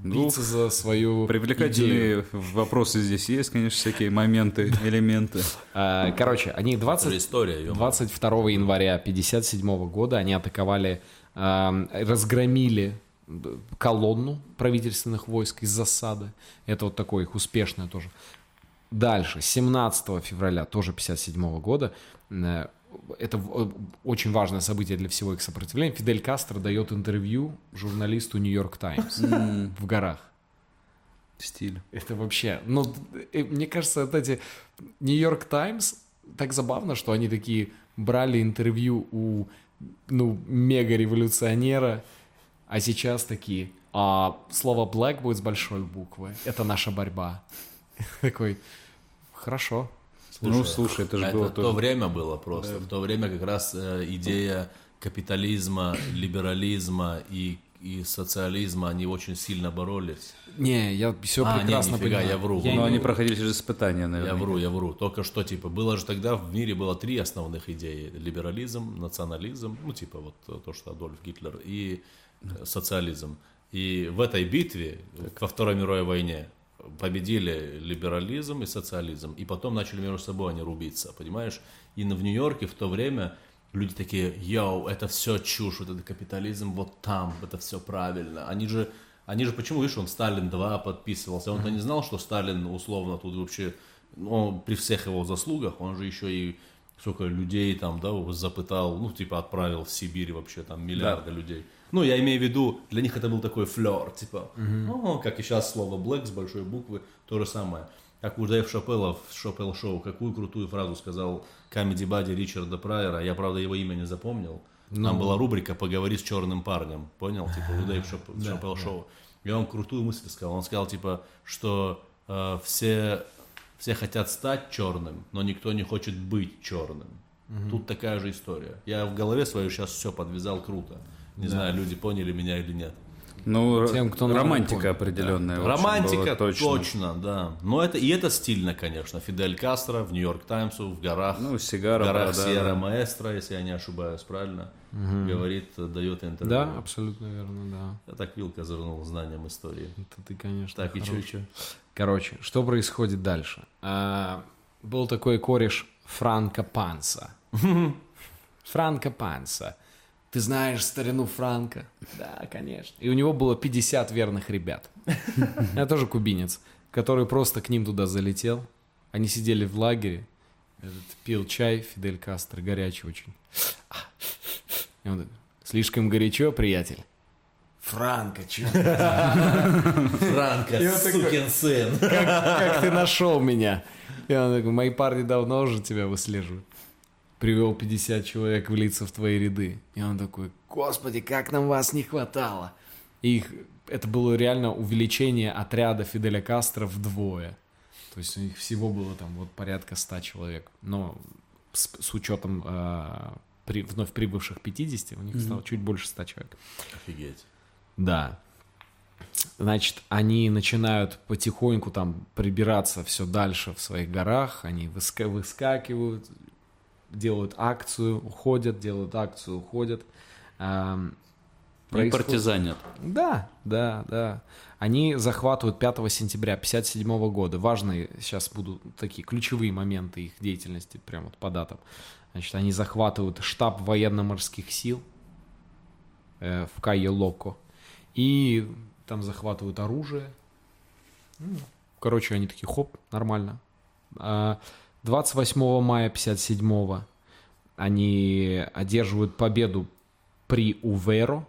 [SPEAKER 1] Биться за свою идею.
[SPEAKER 3] Привлекательные вопросы здесь есть, конечно, всякие [laughs] моменты, элементы.
[SPEAKER 1] А, Короче, они
[SPEAKER 2] Это же
[SPEAKER 1] 20,
[SPEAKER 2] история, ё-моё.
[SPEAKER 1] 22 января 57 года они атаковали, эм, разгромили б- колонну правительственных войск из засады. Это вот такое их успешное тоже. Дальше, 17 февраля тоже 57 года, э, это в- э, очень важное событие для всего их сопротивления, Фидель Кастро дает интервью журналисту Нью-Йорк Таймс в горах.
[SPEAKER 3] Стиль.
[SPEAKER 1] Это вообще, ну, э, мне кажется, вот эти Нью-Йорк Таймс, так забавно, что они такие брали интервью у, ну, мега-революционера, а сейчас такие, а слово black будет с большой буквы, это наша борьба. [laughs] Такой, хорошо.
[SPEAKER 3] Ну, слушай, это же
[SPEAKER 2] А Это
[SPEAKER 3] было
[SPEAKER 2] в то
[SPEAKER 3] тоже...
[SPEAKER 2] время было просто. В то время как раз э, идея капитализма, либерализма и, и социализма, они очень сильно боролись.
[SPEAKER 1] Не, я все
[SPEAKER 2] А, не,
[SPEAKER 1] прекрасно
[SPEAKER 2] нифига,
[SPEAKER 1] понимаю.
[SPEAKER 2] я вру.
[SPEAKER 3] Но ну, они проходили через испытания,
[SPEAKER 2] Я
[SPEAKER 3] наверное.
[SPEAKER 2] вру, я вру. Только что, типа, было же тогда в мире было три основных идеи. Либерализм, национализм, ну, типа, вот э, то, что Адольф Гитлер, и э, социализм. И в этой битве, во Второй мировой войне, победили либерализм и социализм. И потом начали между собой они рубиться, понимаешь? И на- в Нью-Йорке в то время люди такие, йоу, это все чушь, вот этот капитализм вот там, это все правильно. Они же они же почему, видишь, он Сталин 2 подписывался, он-то не знал, что Сталин условно тут вообще, ну, он при всех его заслугах, он же еще и сколько людей там, да, запытал, ну, типа отправил в Сибирь вообще там миллиарды людей. Ну, я имею в виду, для них это был такой флер, типа, «О, как и сейчас слово black с большой буквы, то же самое. Как у Дэйв Шапелла в Шапелл Шоу, какую крутую фразу сказал Камеди Бади Ричарда Прайера, я, правда, его имя не запомнил, там была рубрика «Поговори с черным парнем», понял? Типа у Дэйв Шап- Шапелл Шоу. И он крутую мысль сказал. Он сказал, типа, что э, все, все хотят стать черным, но никто не хочет быть черным. Тут такая же история. Я в голове свою сейчас все подвязал круто. Не знаю, люди поняли меня или нет.
[SPEAKER 3] Ну,
[SPEAKER 1] Тем, кто надо,
[SPEAKER 3] романтика
[SPEAKER 1] помню.
[SPEAKER 3] определенная. в общем, была
[SPEAKER 2] Романтика, точно.
[SPEAKER 3] точно.
[SPEAKER 2] да. Но это и это стильно, конечно. Фидель Кастро в Нью-Йорк Таймсу, в горах.
[SPEAKER 3] Ну, сигара,
[SPEAKER 2] в горах
[SPEAKER 3] борода,
[SPEAKER 2] Сьерра
[SPEAKER 3] да.
[SPEAKER 2] Маэстро, если я не ошибаюсь, правильно? Говорит, э, дает интервью.
[SPEAKER 1] Да, абсолютно верно, да.
[SPEAKER 2] Я так вилка зернул знанием истории.
[SPEAKER 3] Ну,
[SPEAKER 1] Это ты, конечно.
[SPEAKER 2] Так, и чё, и чё?
[SPEAKER 1] Короче, что происходит дальше? А, был такой кореш Франко Панса. [laughs] Франко Панса. Ты знаешь старину Франко? Да, конечно. И у него было 50 верных ребят. [laughs] Я тоже кубинец, который просто к ним туда залетел. Они сидели в лагере. Этот пил чай Фидель Кастро, горячий очень. И он такой, Слишком горячо, приятель. Франко, чё?
[SPEAKER 3] [laughs]
[SPEAKER 2] Франко, сукин сын.
[SPEAKER 1] как ты нашел меня? И он такой, мои парни давно уже тебя выслеживают. Привел 50 человек влиться в твои ряды. И он такой, господи, как нам вас не хватало. И их, это было реально увеличение отряда Фиделя Кастро вдвое. То есть у них всего было там вот порядка 100 человек. Но с, с учетом э, при- вновь прибывших 50, у них стало чуть больше 100 человек.
[SPEAKER 2] Офигеть.
[SPEAKER 1] Да. Значит, они начинают потихоньку там прибираться все дальше в своих горах, они выска- выскакивают, делают акцию, уходят, делают акцию, уходят. Ам,
[SPEAKER 3] И
[SPEAKER 1] происход-
[SPEAKER 3] партизанят.
[SPEAKER 1] Да, да, да. Они захватывают 5 сентября 1957 года. Важные сейчас будут такие ключевые моменты их деятельности, прямо вот по датам. Значит, они захватывают штаб военно-морских сил э, в Кайо-Локо. И там захватывают оружие. Ну, Короче, они такие, хоп, нормально. А 28 мая 57 они одерживают победу при Уверо,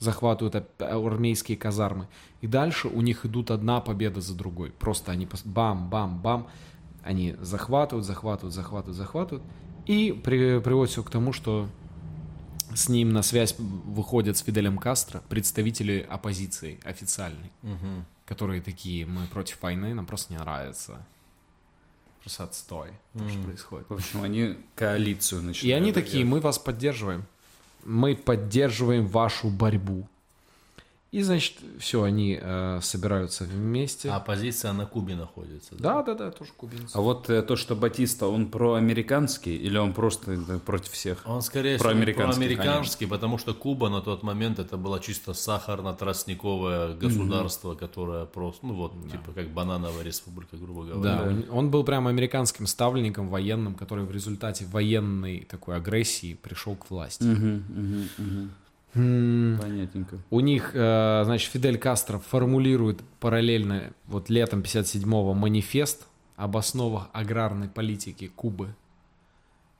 [SPEAKER 1] захватывают ап- армейские казармы. И дальше у них идут одна победа за другой. Просто они пос- бам-бам-бам, они захватывают, захватывают, захватывают, захватывают. И при- приводит все к тому, что с ним на связь выходят с Фиделем Кастро представители оппозиции официальной, которые такие, мы против войны, нам просто не нравится. Просто отстой, то, что происходит.
[SPEAKER 3] В общем, они коалицию
[SPEAKER 1] И
[SPEAKER 3] начинают.
[SPEAKER 1] они такие, мы вас поддерживаем. Мы поддерживаем вашу борьбу. И, значит, все, они э, собираются вместе.
[SPEAKER 2] А оппозиция на Кубе находится.
[SPEAKER 1] Да, да, да, тоже кубинцы.
[SPEAKER 3] А вот э, то, что Батиста, он проамериканский или он просто э, против всех?
[SPEAKER 2] Он, скорее всего,
[SPEAKER 3] Проамериканский,
[SPEAKER 2] проамериканский, потому что Куба на тот момент это было чисто сахарно-тростниковое государство, которое просто, ну вот, типа как банановая республика, грубо говоря.
[SPEAKER 1] Да, он- он был прям американским ставленником военным, который в результате военной такой агрессии пришел к власти. М,
[SPEAKER 3] Понятненько.
[SPEAKER 1] У них, э, значит, Фидель Кастро формулирует параллельно вот летом 57-го манифест об основах аграрной политики Кубы.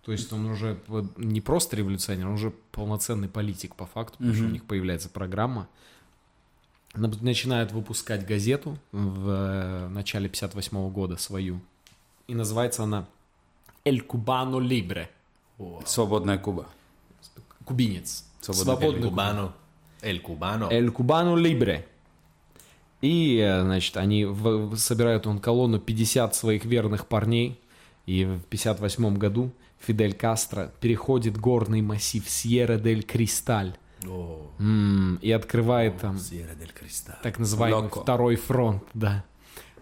[SPEAKER 1] То есть он уже п- не просто революционер, он уже полноценный политик по факту, потому что у них появляется программа. Нап- Начинают выпускать газету в э, начале 58 года свою. И называется она «Эль Кубано Либре»
[SPEAKER 3] Свободная Куба.
[SPEAKER 1] — «Кубинец».
[SPEAKER 3] Свободный
[SPEAKER 2] Эль
[SPEAKER 1] «Свободный
[SPEAKER 2] Кубано. Эль Кубано.
[SPEAKER 1] Эль Кубану Э, Либре. И, э, значит, они в- в- собирают он колонну 50 своих верных парней. И в 58 году Фидель Кастро переходит горный массив Сьерра дель Кристаль.
[SPEAKER 2] О,
[SPEAKER 1] М, И открывает там
[SPEAKER 2] Сьерра дель Кристаль.
[SPEAKER 1] так называемый
[SPEAKER 3] Локо.
[SPEAKER 1] второй фронт, да.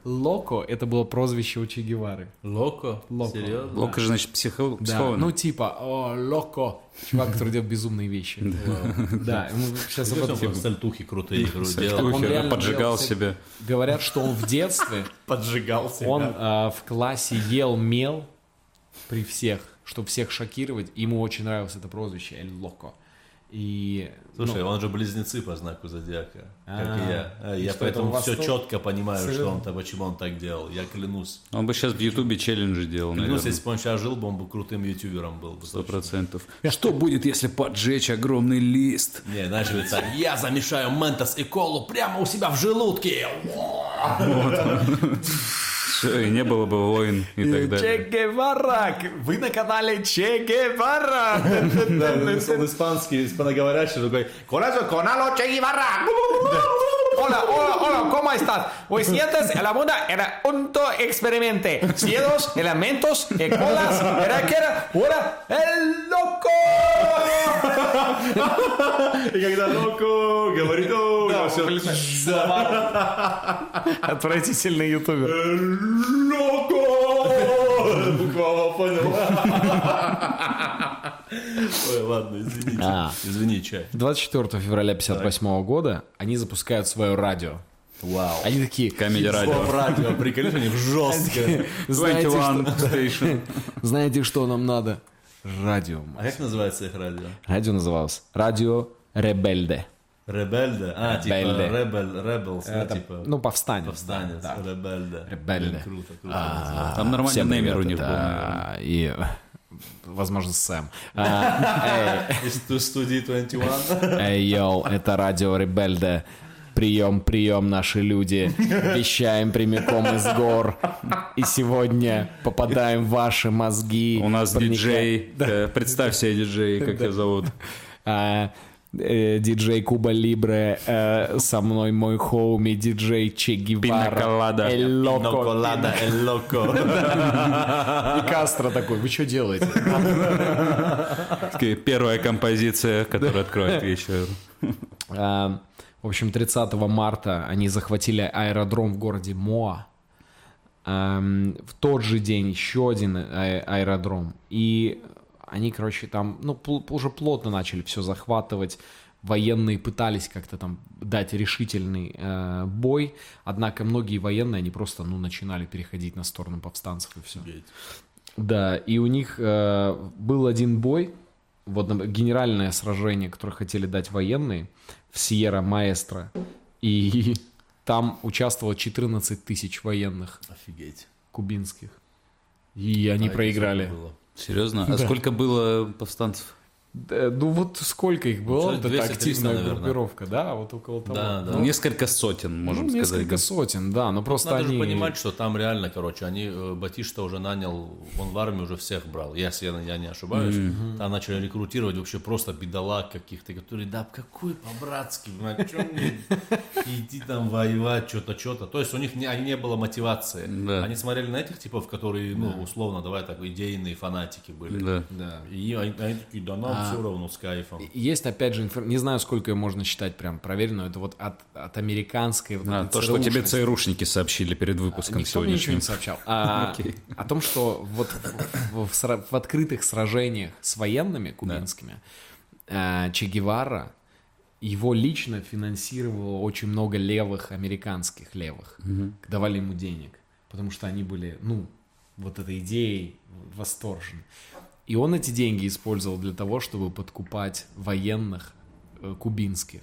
[SPEAKER 1] Локо — это было прозвище у Че Гевары.
[SPEAKER 2] Локо?
[SPEAKER 1] Локо.
[SPEAKER 2] Серьезно?
[SPEAKER 3] Лока же, значит, психо...
[SPEAKER 1] Да,
[SPEAKER 3] психованный.
[SPEAKER 1] ну типа, о, Локо, чувак, который делал безумные вещи. [laughs]
[SPEAKER 2] [laughs]
[SPEAKER 1] Да, мы сейчас об
[SPEAKER 2] Слышал,
[SPEAKER 1] этом типа
[SPEAKER 2] как сальтухи крутые игру
[SPEAKER 3] Ухи,
[SPEAKER 2] делал.
[SPEAKER 1] он
[SPEAKER 3] да,
[SPEAKER 1] реально
[SPEAKER 3] поджигал
[SPEAKER 1] делал всяк-
[SPEAKER 3] себе.
[SPEAKER 1] Говорят, что он в детстве
[SPEAKER 2] Поджигал себя.
[SPEAKER 1] Он а, в классе ел мел при всех, чтобы всех шокировать. Ему очень нравилось это прозвище Эль Локо. И ну,
[SPEAKER 2] Слушай, он же близнецы по знаку зодиака, как и
[SPEAKER 1] А.
[SPEAKER 2] я. А,
[SPEAKER 1] И
[SPEAKER 2] Я
[SPEAKER 1] что,
[SPEAKER 2] поэтому
[SPEAKER 1] это у вас
[SPEAKER 2] все
[SPEAKER 1] тут?
[SPEAKER 2] четко понимаю, что
[SPEAKER 1] Совершенно.
[SPEAKER 2] он, то почему он так делал. Я клянусь.
[SPEAKER 3] Он бы сейчас в Ютубе челленджи делал,
[SPEAKER 1] Ну,
[SPEAKER 2] Клянусь,
[SPEAKER 3] наверное.
[SPEAKER 2] если бы он сейчас жил, бы он бы крутым ютубером был. бы.
[SPEAKER 3] Сто процентов.
[SPEAKER 1] а
[SPEAKER 3] Что будет, если поджечь огромный лист?
[SPEAKER 2] Не, знаешь, говорится, я замешаю ментос и колу прямо у себя в желудке.
[SPEAKER 3] Всё, и не было бы войн и так далее.
[SPEAKER 1] Гевара! Вы на канале Че Гевара!
[SPEAKER 2] Он испанский, испаноговорящий, такой,
[SPEAKER 5] Corazón con Alo Che Guevara. Hola, hola, hola, ¿cómo estás? Hoy sientes la bunda era un to experimente. Cielos, elementos, eh, colas, era que era, hola, el loco.
[SPEAKER 2] И когда Локо говорит, «О, я всё- [laughs]
[SPEAKER 1] Отвратительный ютубер.
[SPEAKER 2] Локо! Буквально понял. Ой, ладно, извините. Извини, чай.
[SPEAKER 1] 24 февраля 58 года они запускают свое радио.
[SPEAKER 2] Вау.
[SPEAKER 1] Они такие...
[SPEAKER 3] Камеди радио.
[SPEAKER 2] радио, приколись, они жестко.
[SPEAKER 1] Знаете
[SPEAKER 3] 21
[SPEAKER 1] что, [laughs]
[SPEAKER 3] Station.
[SPEAKER 1] знаете, что нам надо? Радио.
[SPEAKER 2] А как называется их радио?
[SPEAKER 1] Радио называлось «Радио Ребельде».
[SPEAKER 2] Ребельда? А, типа
[SPEAKER 1] Ребельде.
[SPEAKER 2] Ребел, Ребелс, да,
[SPEAKER 1] Это,
[SPEAKER 2] типа
[SPEAKER 1] ну, повстание.
[SPEAKER 2] повстанец,
[SPEAKER 1] Да.
[SPEAKER 2] Ребельда.
[SPEAKER 1] Ребельде.
[SPEAKER 2] Блин, Круто, круто.
[SPEAKER 3] Там нормальный
[SPEAKER 1] А, Всем
[SPEAKER 3] неймер у
[SPEAKER 1] привет,
[SPEAKER 3] них был.
[SPEAKER 1] это,
[SPEAKER 3] наверное.
[SPEAKER 1] И, [laughs] возможно, Сэм. А,
[SPEAKER 3] [laughs]
[SPEAKER 1] э,
[SPEAKER 2] Из ту- студии 21.
[SPEAKER 1] Эй, йоу, это радио Ребельда. Прием, прием, наши люди. Вещаем прямиком из гор. И сегодня попадаем в ваши мозги.
[SPEAKER 3] У нас
[SPEAKER 1] Проникаем-
[SPEAKER 3] диджей. Э, Представь себе диджей, как его зовут.
[SPEAKER 1] А, э, диджей Куба Либре, э, со мной мой хоуми, диджей Че Гевара.
[SPEAKER 3] Пина Колада.
[SPEAKER 1] Эль Локо.
[SPEAKER 2] Ноколада Эль Локо.
[SPEAKER 1] И Кастро такой, вы что делаете?
[SPEAKER 3] Такая Первая композиция, которая откроет вечер.
[SPEAKER 1] А, В общем, 30 марта они захватили аэродром в городе Моа. Ам, В тот же день еще один аэ- аэродром. И они, короче, там, ну, пл- уже плотно начали все захватывать. Военные пытались как-то там дать решительный э, бой, однако многие военные, они просто, ну, начинали переходить на сторону повстанцев и все. Да, и у них э, был один бой, вот например, генеральное сражение, которое хотели дать военные в Сьерра Маэстро, и [laughs] там участвовало 14 тысяч военных
[SPEAKER 2] Офигеть.
[SPEAKER 1] кубинских. И они проиграли.
[SPEAKER 2] Было.
[SPEAKER 3] Серьезно? А сколько было повстанцев?
[SPEAKER 1] Э, Ну вот сколько их было,
[SPEAKER 2] Человек
[SPEAKER 1] вот эта
[SPEAKER 2] 200-300,
[SPEAKER 1] активная
[SPEAKER 2] наверное.
[SPEAKER 1] группировка, да, вот около того.
[SPEAKER 2] Да, да.
[SPEAKER 3] Несколько сотен,
[SPEAKER 1] Ну,
[SPEAKER 3] можем сказать.
[SPEAKER 1] несколько
[SPEAKER 3] да.
[SPEAKER 1] сотен, да, но просто
[SPEAKER 2] Надо
[SPEAKER 1] они...
[SPEAKER 2] же понимать, что там реально, короче, они э, Батишта уже нанял, он в армию уже всех брал, если я, я не ошибаюсь. Там начали рекрутировать вообще просто бедолаг каких-то, которые, да какой по-братски, блядь, чё мне идти там воевать, что-то, что-то. То есть у них не, они не было мотивации.
[SPEAKER 3] Да.
[SPEAKER 2] Они смотрели на этих типов, которые, ну, условно, давай так, идейные фанатики были.
[SPEAKER 3] Да.
[SPEAKER 2] И они, они такие, да нам все равно с кайфом.
[SPEAKER 1] Есть, опять же, инфор- не знаю, сколько ее можно считать прям проверенную, это вот от, от американской... Вот
[SPEAKER 3] А,
[SPEAKER 1] этой
[SPEAKER 3] то, что тебе
[SPEAKER 1] ЦРУшной
[SPEAKER 3] ЦРУшники сообщили перед выпуском
[SPEAKER 1] Никто мне ничего
[SPEAKER 3] сегодняшним.
[SPEAKER 1] не сообщал. А, О том, что вот в, в сра- в открытых сражениях с военными кубинскими э, Че Гевара его лично финансировало очень много левых, американских левых. Давали ему денег, потому что они были, ну, вот этой идеей восторжены. И он эти деньги использовал для того, чтобы подкупать военных э, кубинских.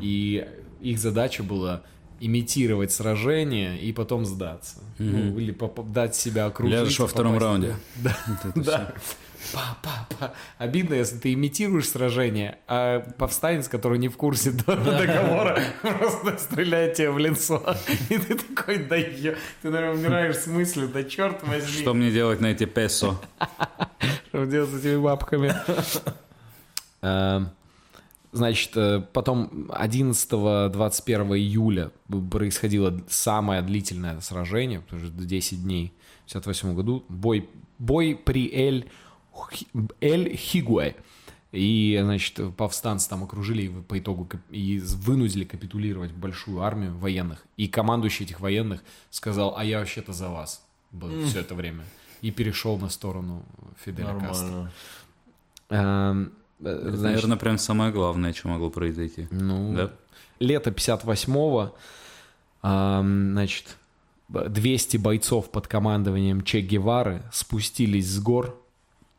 [SPEAKER 1] И их задача была имитировать сражение и потом сдаться. Ну, или поп- дать себя окружить.
[SPEAKER 3] Ляжешь во
[SPEAKER 1] и
[SPEAKER 3] втором
[SPEAKER 1] попасть-
[SPEAKER 3] раунде.
[SPEAKER 1] Да. да. Па-па-па. Обидно, если ты имитируешь сражение, а повстанец, который не в курсе до- договора, [laughs] просто стреляет тебе в лицо. И ты такой, да ё- Ты, наверное, умираешь с мыслью, да черт возьми.
[SPEAKER 3] Что мне делать на эти песо?
[SPEAKER 1] Что делать с этими бабками? Эм, Значит, э, потом 11-21 июля происходило самое длительное сражение, потому что 10 дней в 58 году. Бой, бой при Эль, Хи- Эль Хигуэ. И, значит, повстанцы там окружили и по итогу кап- и вынудили капитулировать большую армию военных. И командующий этих военных сказал, а я вообще-то за вас был все это время. И перешел на сторону Фиделя Кастро.
[SPEAKER 2] Нормально.
[SPEAKER 1] Эм, э,
[SPEAKER 3] Это,
[SPEAKER 1] значит,
[SPEAKER 3] наверное, прям самое главное, что могло произойти.
[SPEAKER 1] ну,
[SPEAKER 3] Да?
[SPEAKER 1] лето 58-го, ам, значит, б- 200 бойцов под командованием Че Гевары спустились с гор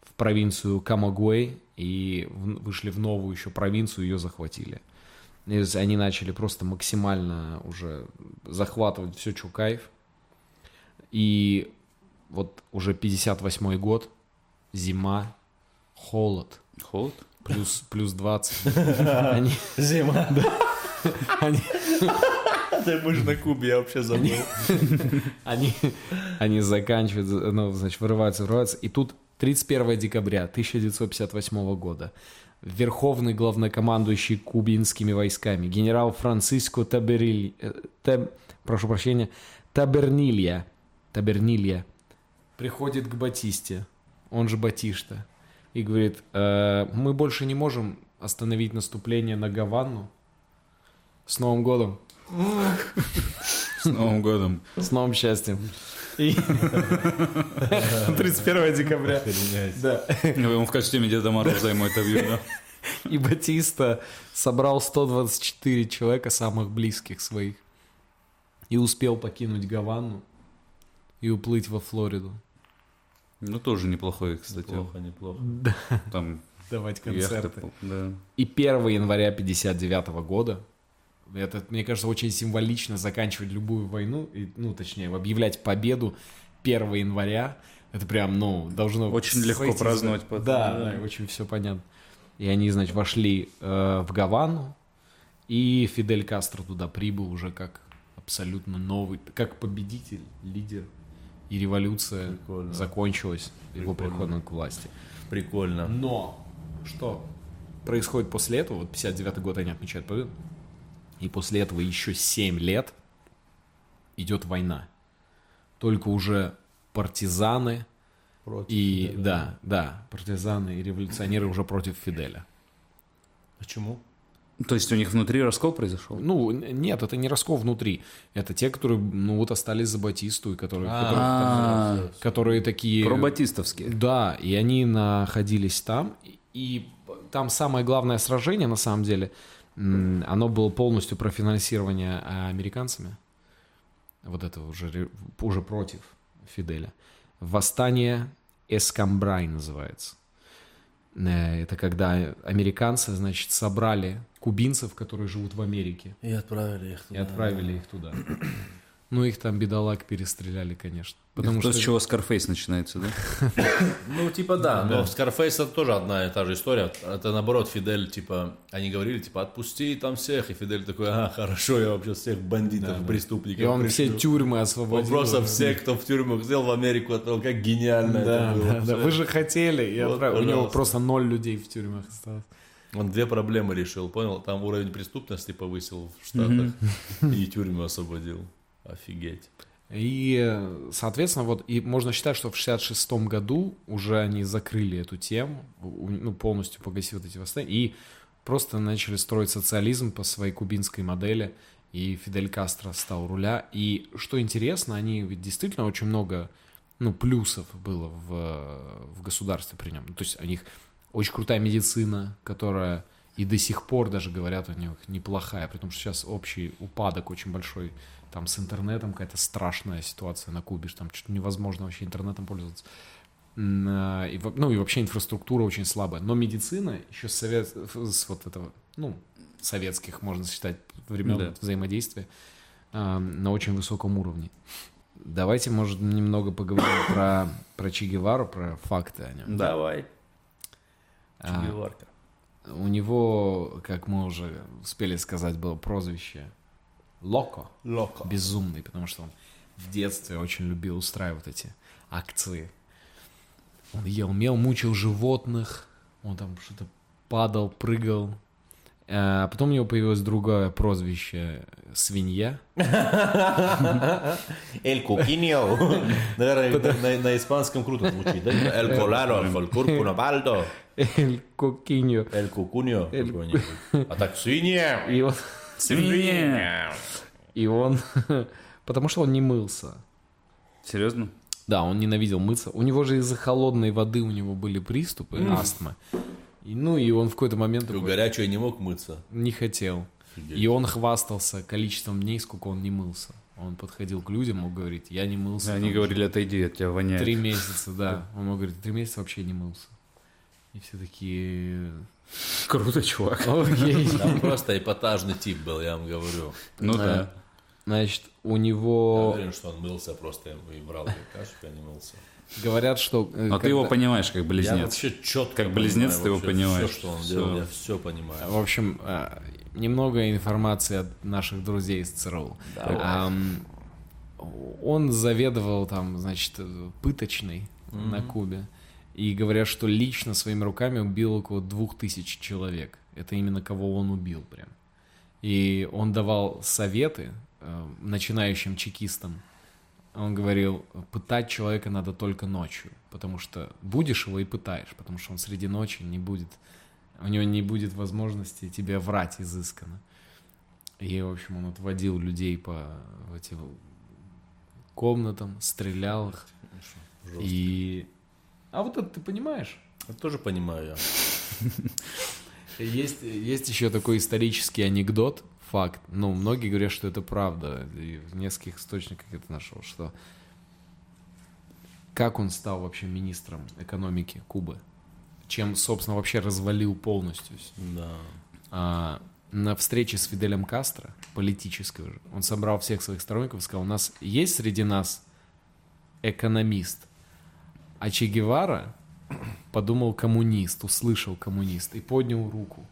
[SPEAKER 1] в провинцию Камагуэй и в- вышли в новую еще провинцию, ее захватили. И с- они начали просто максимально уже захватывать все, что кайф. И вот уже 58-й год, зима, холод,
[SPEAKER 3] Холод?
[SPEAKER 1] плюс, плюс 20. Они,
[SPEAKER 2] [laughs] Зима.
[SPEAKER 1] они,
[SPEAKER 2] [laughs] Ты будешь на Кубе, я вообще забыл.
[SPEAKER 1] они, они заканчивают, ну, значит, вырываются, вырываются. И тут 31 декабря 1958 года верховный главнокомандующий кубинскими войсками генерал Франциско Табериль, э, Таб- прошу прощения, Табернилья, Табернилья приходит к Батисте, он же Батишта, и говорит, «Э, мы больше не можем остановить наступление на Гавану. С Новым годом!
[SPEAKER 3] С Новым годом.
[SPEAKER 1] С новым счастьем. И- 31 декабря. Да.
[SPEAKER 3] Он в костюме Деда Мороза ему это видно.
[SPEAKER 1] И Батиста собрал 124 человека, самых близких своих, и успел покинуть Гавану и уплыть во Флориду.
[SPEAKER 3] Ну, тоже неплохой, кстати.
[SPEAKER 2] Неплохо, неплохо.
[SPEAKER 3] Там
[SPEAKER 1] Давать
[SPEAKER 3] яхта.
[SPEAKER 1] концерты.
[SPEAKER 3] Да.
[SPEAKER 1] И 1 января 59 года, это, мне кажется, очень символично заканчивать любую войну, и, ну, точнее, объявлять победу 1 января, это прям, ну, должно...
[SPEAKER 3] Очень легко
[SPEAKER 1] сойти с-
[SPEAKER 3] праздновать потом,
[SPEAKER 1] Да,
[SPEAKER 3] да.
[SPEAKER 1] да, и очень все понятно. И они, значит, вошли э, в Гавану, и Фидель Кастро туда прибыл уже как абсолютно новый, как победитель, лидер. И революция
[SPEAKER 2] Прикольно.
[SPEAKER 1] закончилась его приходом к власти.
[SPEAKER 2] Прикольно.
[SPEAKER 1] Но что происходит после этого? Вот 59 год они отмечают победу. И после этого еще 7 лет идет война. Только уже партизаны и да, да, партизаны и революционеры уже против Фиделя.
[SPEAKER 2] Почему?
[SPEAKER 3] То есть у них внутри раскол произошел?
[SPEAKER 1] Ну, н- нет, это не раскол внутри. Это те, которые, ну, вот остались за Батисту, и которые,
[SPEAKER 3] А,
[SPEAKER 1] которые такие...
[SPEAKER 3] пробатистовские.
[SPEAKER 1] Э, Да, и они находились там, и- и там самое главное сражение, на самом деле, м, оно было полностью профинансирование а, американцами. Вот это уже, ре- уже против Фиделя. Восстание Эскамбрай называется. Э, Это когда американцы, значит, собрали кубинцев, которые живут в Америке,
[SPEAKER 2] И отправили их
[SPEAKER 1] и отправили их туда. [clears throat] Но их там бедолаг перестреляли, конечно. Потому
[SPEAKER 3] Потому то,
[SPEAKER 1] что
[SPEAKER 3] с чего Скарфейс начинается, да?
[SPEAKER 2] Ну, типа, да, но в Scarface это тоже одна и та же история. Это наоборот, Фидель, типа, они говорили, типа, отпусти там всех. И Фидель такой, а, хорошо, я вообще всех бандитов, преступников.
[SPEAKER 1] и он все
[SPEAKER 2] пришлю».
[SPEAKER 1] тюрьмы освободил.
[SPEAKER 2] Вопросов все, кто в тюрьмах сделал, в Америку отправил. Как гениально
[SPEAKER 1] Да,
[SPEAKER 2] это было.
[SPEAKER 1] да, да. Вы же хотели. и
[SPEAKER 2] Вот,
[SPEAKER 1] отправ- У него
[SPEAKER 2] пожалуйста.
[SPEAKER 1] просто ноль людей в тюрьмах осталось.
[SPEAKER 2] Он две проблемы решил, понял? Там уровень преступности повысил в Штатах и тюрьму освободил. Офигеть.
[SPEAKER 1] И, э, соответственно, вот и можно считать, что в 66-м году уже они закрыли эту тему, у- ну, полностью погасив вот эти восстания, и просто начали строить социализм по своей кубинской модели, и Фидель Кастро стал у руля. И что интересно, они ведь действительно очень много ну, плюсов было в, э, в государстве при нем. Ну, То есть у них очень крутая медицина, которая и до сих пор даже говорят у них неплохая, при том, что сейчас общий упадок очень большой там с интернетом какая-то страшная ситуация на Кубе, что там чуть невозможно вообще интернетом пользоваться. М, а, и во- ну и вообще инфраструктура очень слабая. Но медицина еще с, совет, с вот этого, ну, советских, можно считать, времен
[SPEAKER 3] Да.
[SPEAKER 1] взаимодействия а, на очень высоком уровне. Давайте, может, немного поговорим [coughs] про, про Че Гевару, про факты о нем.
[SPEAKER 2] Давай.
[SPEAKER 1] А, у него, как мы уже успели сказать, было прозвище Локо.
[SPEAKER 2] Локо.
[SPEAKER 1] Безумный, потому что он в детстве очень любил устраивать эти акции. Он ел мел, мучил животных, он там что-то падал, прыгал. А потом у него появилось другое прозвище «свинья».
[SPEAKER 2] Эль [laughs] Кукиньо. Наверное, на- на- на испанском круто звучит. да? Эль Коларо, Эль Куркуно Бальдо,
[SPEAKER 1] Эль Кокиньо.
[SPEAKER 2] Эль Кукуньо какой-нибудь. А так свинья.
[SPEAKER 1] И он,
[SPEAKER 3] Свинья!
[SPEAKER 1] и он [laughs] потому что он не мылся.
[SPEAKER 3] Серьезно?
[SPEAKER 1] Да, он ненавидел мыться. У него же из-за холодной воды у него были приступы астмы. И, ну и он в какой-то момент
[SPEAKER 2] У
[SPEAKER 1] такой,
[SPEAKER 2] горячего не мог мыться.
[SPEAKER 1] не хотел. И он хвастался количеством дней, сколько он не мылся. Он подходил к людям, мог говорить, я не мылся.
[SPEAKER 3] Они
[SPEAKER 1] там
[SPEAKER 3] говорили, отойди, от тебя воняет.
[SPEAKER 1] Три месяца, да. Он мог говорить, три месяца вообще не мылся. И все
[SPEAKER 3] [laughs]
[SPEAKER 1] такие...
[SPEAKER 3] Круто, чувак.
[SPEAKER 1] Окей.
[SPEAKER 2] Там просто эпатажный тип был, я вам говорю.
[SPEAKER 3] Ну да.
[SPEAKER 1] Значит, у
[SPEAKER 2] Я
[SPEAKER 1] него...
[SPEAKER 2] уверен, что он мылся просто и брал кашу, я не мылся.
[SPEAKER 1] Говорят, что... э,
[SPEAKER 3] Но А ты
[SPEAKER 1] когда-
[SPEAKER 3] его понимаешь как
[SPEAKER 2] Я
[SPEAKER 3] близнец.
[SPEAKER 2] вообще четко
[SPEAKER 3] Как близнец ты его понимаешь.
[SPEAKER 2] Все, что он
[SPEAKER 3] Всё.
[SPEAKER 2] делал, я все понимаю.
[SPEAKER 1] В общем, э, немного информации от наших друзей из ЦРУ. Ам, Он заведовал там, значит, э, пыточной на Кубе. И говорят, что лично своими руками убил около двух тысяч человек. Это именно кого он убил прям. И он давал советы э, начинающим чекистам. Он говорил, пытать человека надо только ночью, потому что будешь его и пытаешь, потому что он среди ночи не будет, у него не будет возможности тебе врать изысканно. И, в общем, он отводил людей по этим комнатам, стрелял их. И... А вот это ты понимаешь?
[SPEAKER 2] Я тоже понимаю я.
[SPEAKER 1] Есть, есть еще такой исторический анекдот, факт. Ну, многие говорят, что это правда. И в нескольких источниках это нашел, что как он стал вообще министром экономики Кубы, чем, собственно, вообще развалил полностью всё.
[SPEAKER 2] Да.
[SPEAKER 1] А, на встрече с Фиделем Кастро, политической уже, он собрал всех своих сторонников и сказал, у нас есть среди нас экономист, а Че Гевара подумал коммунист, услышал коммунист и поднял руку.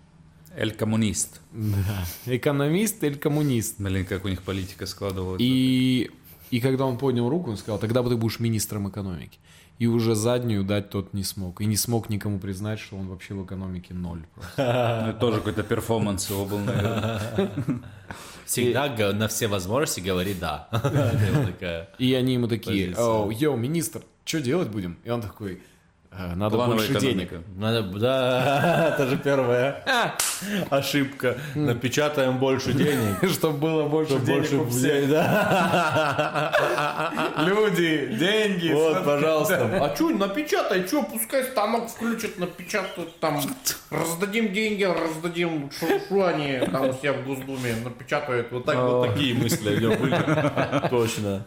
[SPEAKER 3] Эль коммунист.
[SPEAKER 1] Да. Экономист или коммунист.
[SPEAKER 3] Блин, как у них политика складывалась.
[SPEAKER 1] И, и когда он поднял руку, он сказал, тогда ты будешь министром экономики. И уже заднюю дать тот не смог. И не смог никому признать, что он вообще в экономике ноль. просто.
[SPEAKER 3] Ну, это тоже какой-то перформанс его был, наверное.
[SPEAKER 2] Всегда га- на все возможности говори да. [laughs] Я такая,
[SPEAKER 1] И они ему такие,
[SPEAKER 2] Позиция.
[SPEAKER 1] «Оу, йоу, министр, что делать будем? И он такой, «Э, надо
[SPEAKER 3] Плановая
[SPEAKER 1] больше [laughs]
[SPEAKER 3] экономика.
[SPEAKER 1] денег.
[SPEAKER 2] Надо, да, [laughs] это же первая [laughs] ошибка. Напечатаем
[SPEAKER 3] [laughs]
[SPEAKER 2] больше денег.
[SPEAKER 1] Чтобы было больше
[SPEAKER 2] Чтоб
[SPEAKER 1] денег
[SPEAKER 2] больше
[SPEAKER 1] у всех.
[SPEAKER 2] [laughs] денег, да.
[SPEAKER 1] Люди, деньги.
[SPEAKER 3] [laughs]
[SPEAKER 2] Вот, пожалуйста. А что, напечатай, что, пускай станок включат, напечатают там.
[SPEAKER 6] Раздадим деньги, раздадим шуршу, они там у себя в Госдуме напечатают.
[SPEAKER 2] Вот так вот такие мысли у него
[SPEAKER 1] [laughs]
[SPEAKER 2] были. Точно.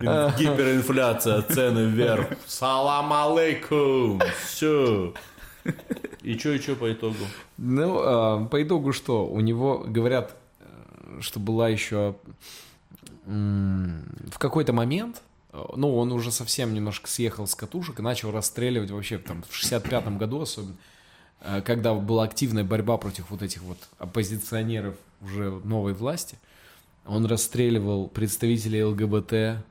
[SPEAKER 2] Ин- Гиперинфляция, цены вверх. Салам алейкум. Все. И что, и что по итогу?
[SPEAKER 1] Ну, а, по итогу что? У него, говорят, э, что была еще в какой-то момент, э, ну, он уже совсем немножко съехал с катушек и начал расстреливать вообще там в 65-м году особенно, э, когда была активная борьба против вот этих вот оппозиционеров уже новой власти. Он расстреливал представителей ЛГБТ,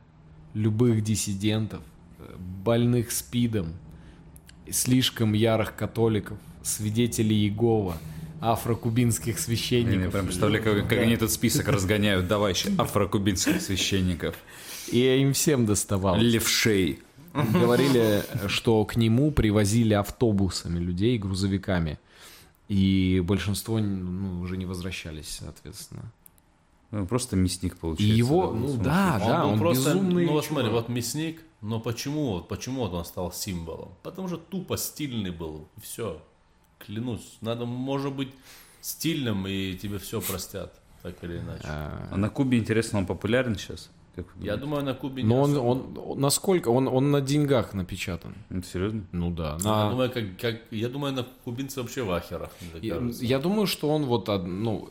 [SPEAKER 1] любых диссидентов, э, больных спидом, слишком ярых католиков, свидетелей Иегова, афрокубинских
[SPEAKER 3] Я
[SPEAKER 1] священников.
[SPEAKER 3] прям представляю, как, как они этот список разгоняют. Давай еще афрокубинских священников.
[SPEAKER 1] И им всем доставал.
[SPEAKER 3] Левшей.
[SPEAKER 1] Говорили, что к нему привозили автобусами людей, грузовиками. И большинство ну, уже не возвращались, соответственно.
[SPEAKER 3] Ну, просто мясник
[SPEAKER 1] И
[SPEAKER 3] получается.
[SPEAKER 1] его,
[SPEAKER 3] да,
[SPEAKER 1] ну
[SPEAKER 3] вот.
[SPEAKER 1] да, да,
[SPEAKER 2] был
[SPEAKER 1] он
[SPEAKER 2] просто,
[SPEAKER 1] безумный.
[SPEAKER 2] Ну вот смотри,
[SPEAKER 1] чувак.
[SPEAKER 2] вот мясник, но почему, вот почему вот он стал символом? Потому что тупо стильный был, и все. Клянусь, надо, может быть, стильным, и тебе все простят, так или иначе.
[SPEAKER 3] А на Кубе, интересно, он популярен сейчас? Как вы
[SPEAKER 2] Я думаю, на Кубе не
[SPEAKER 1] Но он,
[SPEAKER 2] особо.
[SPEAKER 1] он, он- насколько, он, он на деньгах напечатан.
[SPEAKER 3] думаете? Серьезно?
[SPEAKER 1] Ну да.
[SPEAKER 2] Я
[SPEAKER 1] на-
[SPEAKER 2] думаю, как, как, я думаю, на кубинцы вообще в ахерах. мне так
[SPEAKER 1] Я,
[SPEAKER 2] кажется.
[SPEAKER 1] я думаю, что он вот, од- ну,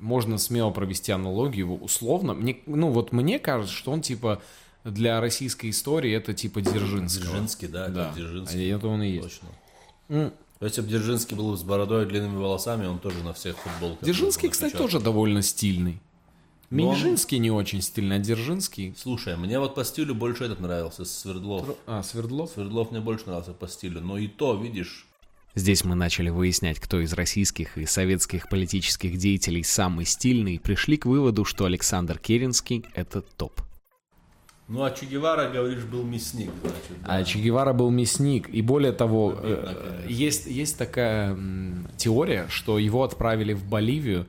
[SPEAKER 1] можно смело провести аналогию, условно. Мне, ну вот мне кажется, что он типа для российской истории это типа Дзержинского.
[SPEAKER 2] Дзержинский, да,
[SPEAKER 1] Да.
[SPEAKER 2] как Дзержинский.
[SPEAKER 1] А Это он и есть.
[SPEAKER 2] Точно. Если бы Дзержинский был с бородой и длинными волосами, он тоже на всех футболках.
[SPEAKER 1] Дзержинский,
[SPEAKER 2] был бы
[SPEAKER 1] кстати,
[SPEAKER 2] напечатан.
[SPEAKER 1] тоже довольно стильный.
[SPEAKER 2] Но он-
[SPEAKER 1] Минжинский не очень стильный, а Дзержинский...
[SPEAKER 2] Слушай, мне вот по стилю больше этот нравился, Свердлов.
[SPEAKER 1] А, Свердлов?
[SPEAKER 2] Свердлов мне больше нравился по стилю, но и то, видишь,
[SPEAKER 4] Здесь мы начали выяснять, кто из российских и советских политических деятелей самый стильный, и пришли к выводу, что Александр Керенский — это топ.
[SPEAKER 2] ну а Че Гевара, говоришь, был мясник, значит. да.
[SPEAKER 1] А Че Гевара был мясник. И более того,
[SPEAKER 2] Обидно,
[SPEAKER 1] э,
[SPEAKER 2] конечно.
[SPEAKER 1] есть, есть такая м, теория, что его отправили в Боливию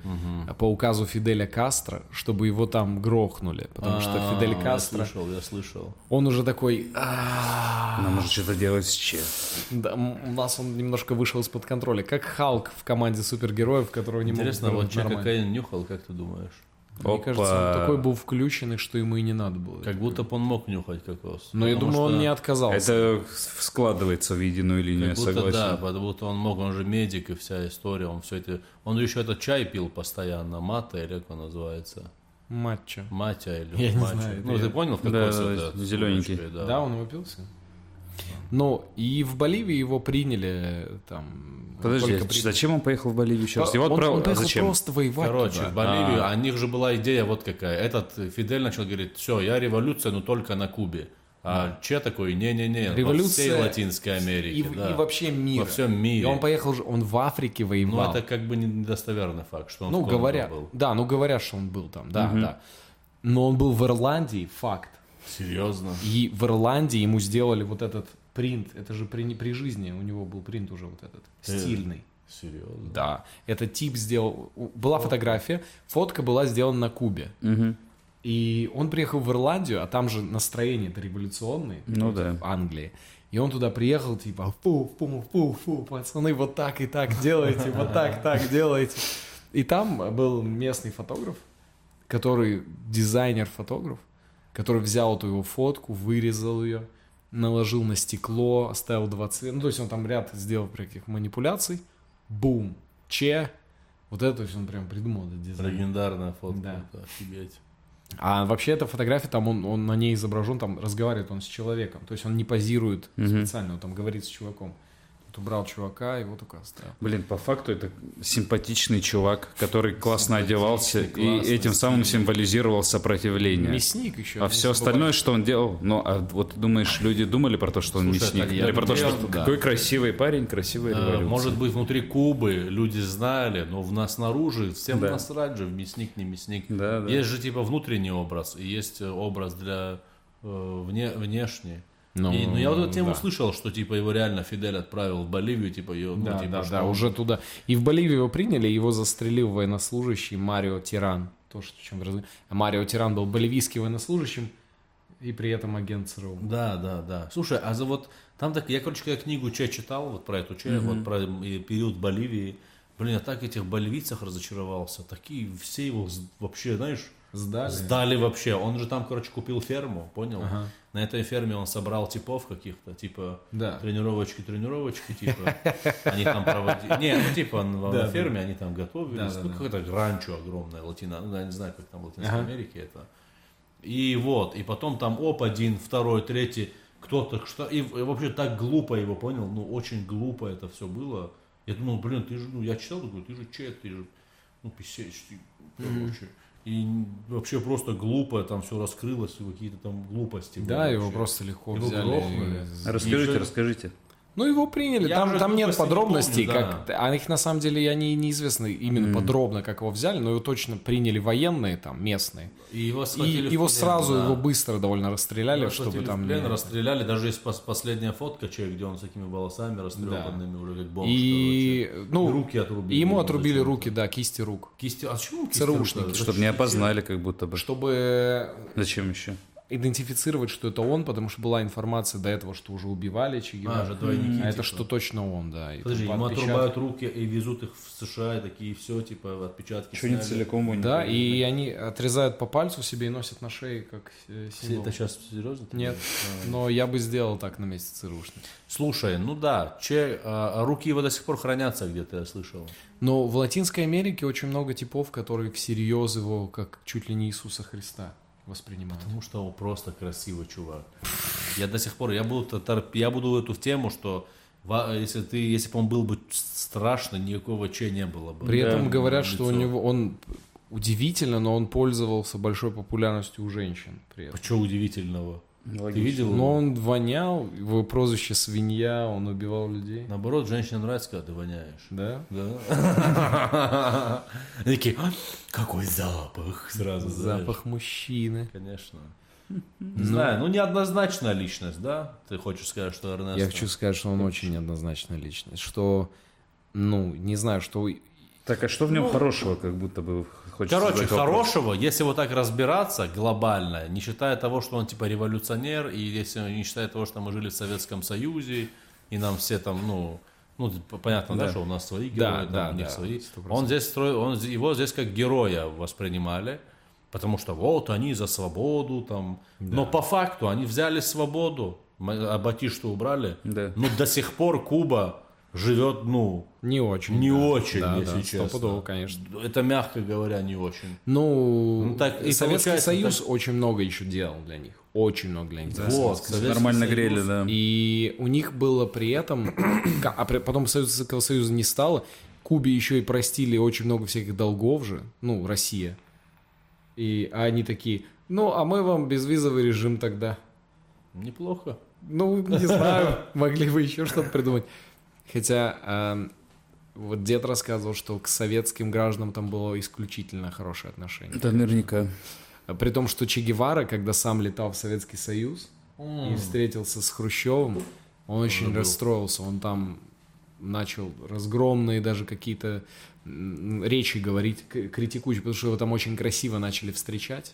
[SPEAKER 1] по указу Фиделя Кастро, чтобы его там грохнули. Потому что
[SPEAKER 2] А,
[SPEAKER 1] Фидель
[SPEAKER 2] Я
[SPEAKER 1] Кастро,
[SPEAKER 2] слышал, я слышал.
[SPEAKER 1] он уже такой, «А,
[SPEAKER 3] Нам уже что-то делать с чем.
[SPEAKER 1] да, м, у нас он немножко вышел из-под контроля. Как Халк в команде супергероев, которого не
[SPEAKER 2] Интересно,
[SPEAKER 1] могут вернуть
[SPEAKER 2] вот Че
[SPEAKER 1] нормально.
[SPEAKER 2] кокаин нюхал, как ты думаешь?
[SPEAKER 1] Мне
[SPEAKER 3] Опа.
[SPEAKER 1] кажется, он такой был включенный, что ему и не надо было.
[SPEAKER 2] Как будто бы он мог нюхать кокос.
[SPEAKER 1] Но Ну, я
[SPEAKER 2] Потому
[SPEAKER 1] думаю, он
[SPEAKER 2] что-
[SPEAKER 1] не отказался.
[SPEAKER 3] Это складывается в единую линию,
[SPEAKER 2] Как
[SPEAKER 3] я
[SPEAKER 2] будто
[SPEAKER 3] согласен.
[SPEAKER 2] да, потому что он мог, он же медик и вся история, он все это... Он еще этот чай пил постоянно, мата или как он называется?
[SPEAKER 1] Матча.
[SPEAKER 2] Матя или
[SPEAKER 1] Я не
[SPEAKER 2] матча.
[SPEAKER 1] знаю,
[SPEAKER 2] Ну,
[SPEAKER 1] это
[SPEAKER 2] ты
[SPEAKER 1] я-
[SPEAKER 2] понял, в какой
[SPEAKER 3] Да,
[SPEAKER 2] с
[SPEAKER 3] да,
[SPEAKER 2] этой
[SPEAKER 3] зелененький.
[SPEAKER 2] сумочкой, Да.
[SPEAKER 1] Да, он выпился. Ну, и в Боливии его приняли э, там...
[SPEAKER 3] Подожди,
[SPEAKER 1] только при-
[SPEAKER 3] зачем он поехал в Боливию еще раз?
[SPEAKER 1] Да,
[SPEAKER 3] Его
[SPEAKER 1] он,
[SPEAKER 3] отправил-
[SPEAKER 1] он
[SPEAKER 3] а
[SPEAKER 1] поехал
[SPEAKER 3] зачем?
[SPEAKER 1] просто воевать типа,
[SPEAKER 2] Короче,
[SPEAKER 1] туда.
[SPEAKER 2] в Боливию, а у них же была идея вот какая. Этот Фидель начал говорить, все, я революция, но только на Кубе. А Че такой, не-не-не, по
[SPEAKER 1] Революция
[SPEAKER 2] всей Латинской Америке.
[SPEAKER 1] И,
[SPEAKER 2] да.
[SPEAKER 1] и вообще мир.
[SPEAKER 2] Во всем мире.
[SPEAKER 1] И он поехал, же- он в Африке
[SPEAKER 2] Ну,
[SPEAKER 1] воевал.
[SPEAKER 2] это как бы недостоверный факт, что он
[SPEAKER 1] Ну,
[SPEAKER 2] в Конго
[SPEAKER 1] говорят,
[SPEAKER 2] был.
[SPEAKER 1] да, ну говорят, что он был там, да, да. Но он был в Ирландии, факт.
[SPEAKER 2] Серьезно?
[SPEAKER 1] И в Ирландии ему сделали вот этот принт. Это же при, при жизни у него был принт уже вот этот, стильный.
[SPEAKER 2] Серьезно.
[SPEAKER 1] Да, этот тип сделал... у- Была фотография, фотка была сделана на Кубе. И он приехал в Ирландию, а там же настроение-то революционное.
[SPEAKER 3] Ну
[SPEAKER 1] против
[SPEAKER 3] да.
[SPEAKER 1] Англии. И он туда приехал, типа, фу, фу, фу, фу, пацаны, вот так и так делайте, вот так, так делайте. И там был местный фотограф, который дизайнер-фотограф, который взял эту его фотку, вырезал ее, наложил на стекло, оставил два цвета. Ну, то есть он там ряд сделал таких манипуляций. Бум. Че. Вот это, то есть он прям придумал этот дизайн.
[SPEAKER 2] Легендарная фотка.
[SPEAKER 1] Да.
[SPEAKER 2] это Офигеть.
[SPEAKER 1] А вообще эта фотография, там он, он на ней изображен, там разговаривает он с человеком. То есть он не позирует специально, он там говорит с чуваком. Вот убрал чувака, его только оставил.
[SPEAKER 3] Блин, по факту это симпатичный чувак, который классно одевался и
[SPEAKER 2] классный,
[SPEAKER 3] этим самым символизировал сопротивление.
[SPEAKER 1] Мясник еще.
[SPEAKER 3] А все остальное, что он делал, ну, а вот думаешь, люди думали про то, что он
[SPEAKER 2] Слушай,
[SPEAKER 3] мясник?
[SPEAKER 2] так я
[SPEAKER 3] Или про то, что
[SPEAKER 2] думаю, да.
[SPEAKER 3] какой красивый парень, красивая
[SPEAKER 2] Э,
[SPEAKER 3] революция.
[SPEAKER 2] Может быть, внутри Кубы люди знали, но в нас снаружи всем
[SPEAKER 3] Да.
[SPEAKER 2] насрать же, в мясник, не мясник.
[SPEAKER 3] Да, да.
[SPEAKER 2] Есть же типа внутренний образ, и есть э, образ для э, вне, внешний.
[SPEAKER 1] Ну,
[SPEAKER 2] и, ну, я вот эту тему
[SPEAKER 1] да.
[SPEAKER 2] услышал, что типа его реально Фидель отправил в Боливию, типа ее, ну,
[SPEAKER 1] Да,
[SPEAKER 2] типа,
[SPEAKER 1] да,
[SPEAKER 2] что
[SPEAKER 1] да,
[SPEAKER 2] он-
[SPEAKER 1] уже туда. И в Боливии его приняли, его застрелил военнослужащий Марио Тиран. То, что, о чем раз- Марио Тиран был боливийским военнослужащим и при этом агент ЦРУ.
[SPEAKER 2] Да, да, да. Слушай, а за вот там так, я, короче, когда книгу Че читал, вот про эту Че, вот про э, период Боливии, блин, я так этих боливийцах разочаровался, такие все его с- вообще, знаешь,
[SPEAKER 1] Сдали.
[SPEAKER 2] Сдали вообще. Он же там, короче, купил ферму, понял? На этой ферме он собрал типов каких-то, типа
[SPEAKER 1] Да.
[SPEAKER 2] тренировочки, тренировочки,
[SPEAKER 1] [laughs]
[SPEAKER 2] типа. Они там проводили. Не, ну типа он на на ферме они там готовились. Ну, какое-то ранчо огромное, латино, ну, я не знаю, как там в Латинской Америке это. И вот, и потом там оп, один, второй, третий, кто-то что. И, в- и вообще так глупо его понял, ну очень глупо это все было. Я думал, блин, ты же, ну я читал, такой, ты же чет, ты же, ну писец, ты, короче. И вообще просто глупо там все раскрылось, и какие-то там глупости.
[SPEAKER 1] Да,
[SPEAKER 2] были
[SPEAKER 1] его
[SPEAKER 2] вообще.
[SPEAKER 1] просто легко
[SPEAKER 2] Его
[SPEAKER 1] взяли.
[SPEAKER 2] грохнули.
[SPEAKER 3] Расскажите,
[SPEAKER 2] Еще-
[SPEAKER 3] расскажите.
[SPEAKER 1] Ну, его приняли.
[SPEAKER 2] Я
[SPEAKER 1] Там,
[SPEAKER 2] уже
[SPEAKER 1] там нет
[SPEAKER 2] глупости не
[SPEAKER 1] подробностей,
[SPEAKER 2] помню, да.
[SPEAKER 1] как. А их на самом деле я не, неизвестно именно подробно, как его взяли, но его точно приняли военные там, местные.
[SPEAKER 2] И его,
[SPEAKER 1] И
[SPEAKER 2] схватили в
[SPEAKER 1] его
[SPEAKER 2] плен,
[SPEAKER 1] сразу,
[SPEAKER 2] да.
[SPEAKER 1] его быстро довольно расстреляли,
[SPEAKER 2] Его
[SPEAKER 1] чтобы
[SPEAKER 2] схватили в
[SPEAKER 1] там.
[SPEAKER 2] плен,
[SPEAKER 1] не-
[SPEAKER 2] расстреляли, даже есть пос- последняя фотка человек, где он с такими волосами растрепанными, уже как бомж.
[SPEAKER 1] И,
[SPEAKER 2] короче.
[SPEAKER 1] ну,
[SPEAKER 2] И руки отрубили.
[SPEAKER 1] И ему
[SPEAKER 2] ему
[SPEAKER 1] отрубили
[SPEAKER 2] зачем-то.
[SPEAKER 1] руки, да, кисти рук.
[SPEAKER 2] Кисти, а почему кисти
[SPEAKER 1] ЦРУшники,
[SPEAKER 2] рук-то?
[SPEAKER 3] Чтобы не опознали, как будто бы.
[SPEAKER 1] Чтобы
[SPEAKER 3] Зачем еще?
[SPEAKER 1] идентифицировать, что это он, потому что была информация до этого, что уже убивали Че
[SPEAKER 2] А,
[SPEAKER 1] Гевару.
[SPEAKER 2] же двойники.
[SPEAKER 1] А это
[SPEAKER 2] типа.
[SPEAKER 1] что точно он, да. и
[SPEAKER 2] Подожди,
[SPEAKER 1] там
[SPEAKER 2] ему
[SPEAKER 1] отпечатки.
[SPEAKER 2] отрубают руки и везут их в США, и такие все, типа, отпечатки сняли.
[SPEAKER 3] целиком
[SPEAKER 1] Да, и они отрезают по пальцу себе и носят на шее как э, символ.
[SPEAKER 2] Это сейчас серьезно?
[SPEAKER 1] Нет, но я бы сделал так на месте ЦРУшника.
[SPEAKER 2] Слушай, ну да, че, а, а руки его до сих пор хранятся где-то, я слышал.
[SPEAKER 1] Но в Латинской Америке очень много типов, которые всерьез его как чуть ли не Иисуса Христа воспринимают.
[SPEAKER 2] Потому что он просто красивый чувак. Я до сих пор, я буду, татар- я буду эту в тему, что ва- если ты, если бы он был бы страшно, никакого че не было бы.
[SPEAKER 1] При этом говорят, что у
[SPEAKER 2] лицо.
[SPEAKER 1] него он удивительно, но он пользовался большой популярностью у женщин при этом.
[SPEAKER 2] Чего удивительного? Ты видел?
[SPEAKER 1] Но он вонял, его прозвище свинья, он убивал людей.
[SPEAKER 2] Наоборот, женщине нравится, когда ты воняешь.
[SPEAKER 1] Да?
[SPEAKER 2] Да. [laughs] Они такие, «А, какой запах сразу. знаешь.
[SPEAKER 1] Запах мужчины.
[SPEAKER 2] Конечно. Не знаю, ну неоднозначная личность, да? Ты хочешь сказать, что Эрнест...
[SPEAKER 1] Я хочу сказать, что он очень неоднозначная личность. Что, ну, не знаю, что...
[SPEAKER 3] Так, а что в нем хорошего, как будто бы хочется
[SPEAKER 2] Ну, Короче,
[SPEAKER 3] задать вопрос?
[SPEAKER 2] хорошего, если вот так разбираться глобально, не считая того, что он типа революционер, и если не считая того, что мы жили в Советском Союзе, и нам все там, ну, ну п- понятно, да, что у нас свои
[SPEAKER 1] Да,
[SPEAKER 2] герои, там
[SPEAKER 1] да,
[SPEAKER 2] у них
[SPEAKER 1] да,
[SPEAKER 2] свои. Он здесь строил, он, зи- его здесь как героя воспринимали, потому что вот они за свободу там. Но по факту они взяли свободу, М- а Батишту убрали.
[SPEAKER 3] Да.
[SPEAKER 2] Но до сих пор Куба живет, ну,
[SPEAKER 1] Не очень.
[SPEAKER 2] не
[SPEAKER 1] да.
[SPEAKER 2] очень,
[SPEAKER 1] Да,
[SPEAKER 2] если
[SPEAKER 1] да,
[SPEAKER 2] честно.
[SPEAKER 1] стопудово, конечно.
[SPEAKER 2] Это мягко говоря, не очень.
[SPEAKER 1] Ну,
[SPEAKER 2] Ну, так и
[SPEAKER 1] Советский
[SPEAKER 2] получается,
[SPEAKER 1] Союз
[SPEAKER 2] так-
[SPEAKER 1] очень много еще делал для них. Очень много для них.
[SPEAKER 2] Вот, Советский
[SPEAKER 3] Нормально
[SPEAKER 2] Союз.
[SPEAKER 3] грели, да.
[SPEAKER 1] И у них было при этом, [coughs] ка- а при- потом Советского Союза не стало, Кубе еще и простили очень много всяких долгов же, ну, Россия. И а они такие, ну, а мы вам безвизовый режим тогда.
[SPEAKER 2] Неплохо.
[SPEAKER 1] Ну, не
[SPEAKER 2] [laughs]
[SPEAKER 1] знаю, могли бы еще что-то придумать. Хотя, эм, вот дед рассказывал, что к советским гражданам там было исключительно хорошее отношение.
[SPEAKER 3] Да, наверняка.
[SPEAKER 1] При том, что Че Гевара, когда сам летал в Советский Союз и встретился с Хрущевым, он очень расстроился. Он там начал разгромные даже какие-то м, речи говорить, к- критикующие, потому что его там очень красиво начали встречать.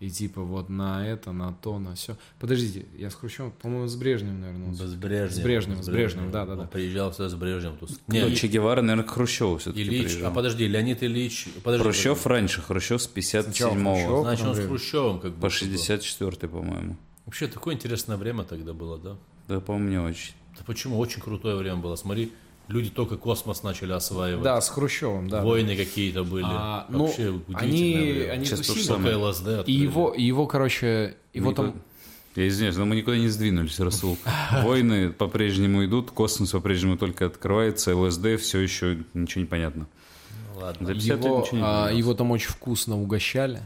[SPEAKER 1] И типа вот на это, на то, на все. Подождите, я с Хрущевым, по-моему, с Брежневым, наверное. он с-
[SPEAKER 2] С Брежневым.
[SPEAKER 1] С Брежневым, с Брежневым, да-да-да.
[SPEAKER 2] Он приезжал всегда с Брежневым. тус-
[SPEAKER 3] Кто,
[SPEAKER 2] Не,
[SPEAKER 3] Ну, Че Гевара, наверное, к Хрущеву все-таки
[SPEAKER 2] Ильич. А
[SPEAKER 3] приезжал.
[SPEAKER 2] подожди, Леонид Ильич. Подожди,
[SPEAKER 3] Хрущев раньше, Хрущев с 57-го
[SPEAKER 1] Хрущев,
[SPEAKER 2] Значит,
[SPEAKER 1] потом
[SPEAKER 2] он с
[SPEAKER 1] Брежнев.
[SPEAKER 2] Хрущевым как бы.
[SPEAKER 3] по 64-й, по-моему.
[SPEAKER 2] Вообще, такое интересное время тогда было, да?
[SPEAKER 3] Да, помню очень.
[SPEAKER 2] Да почему? Очень крутое время было. Смотри, люди только космос начали осваивать.
[SPEAKER 1] Да, с Хрущевым, да.
[SPEAKER 2] Войны какие-то были.
[SPEAKER 1] А, ну,
[SPEAKER 2] Вообще
[SPEAKER 1] они,
[SPEAKER 2] удивительное время.
[SPEAKER 1] они
[SPEAKER 3] Сейчас то же
[SPEAKER 1] тусили.
[SPEAKER 3] самое.
[SPEAKER 2] Только ЛСД
[SPEAKER 1] И
[SPEAKER 2] открыли.
[SPEAKER 1] его, и его, короче, его
[SPEAKER 3] Никуда-
[SPEAKER 1] там...
[SPEAKER 3] Я извиняюсь, но мы никуда не сдвинулись, Расул. Войны по-прежнему идут, космос по-прежнему только открывается, ЛСД все еще ничего не понятно.
[SPEAKER 2] Ладно.
[SPEAKER 3] За 50 лет
[SPEAKER 1] Его,
[SPEAKER 3] ничего не
[SPEAKER 1] а,
[SPEAKER 3] поменялось.
[SPEAKER 1] его там очень вкусно угощали,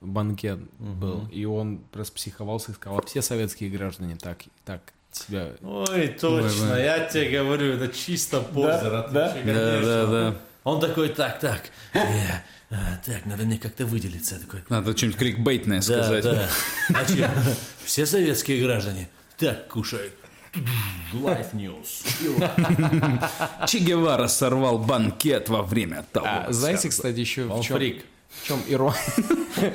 [SPEAKER 1] банкет был, и он распсиховался и сказал, «А все советские граждане так, так себя...
[SPEAKER 2] Ой, точно, я тебе говорю, это чисто позер. а ты чё,
[SPEAKER 3] Да,
[SPEAKER 2] конечно.
[SPEAKER 3] да, да.
[SPEAKER 2] Он такой, так, так, э, а, так, надо мне как-то выделиться. Я такой,
[SPEAKER 3] Надо что-нибудь крикбейтное
[SPEAKER 2] да,
[SPEAKER 3] сказать.
[SPEAKER 2] да. Значит, все советские граждане, так, кушай. Life News.
[SPEAKER 3] Че Гевара сорвал банкет во время того.
[SPEAKER 1] А, знаете, кстати, еще в
[SPEAKER 2] Он
[SPEAKER 1] чем...
[SPEAKER 2] фрик.
[SPEAKER 1] В чем иро-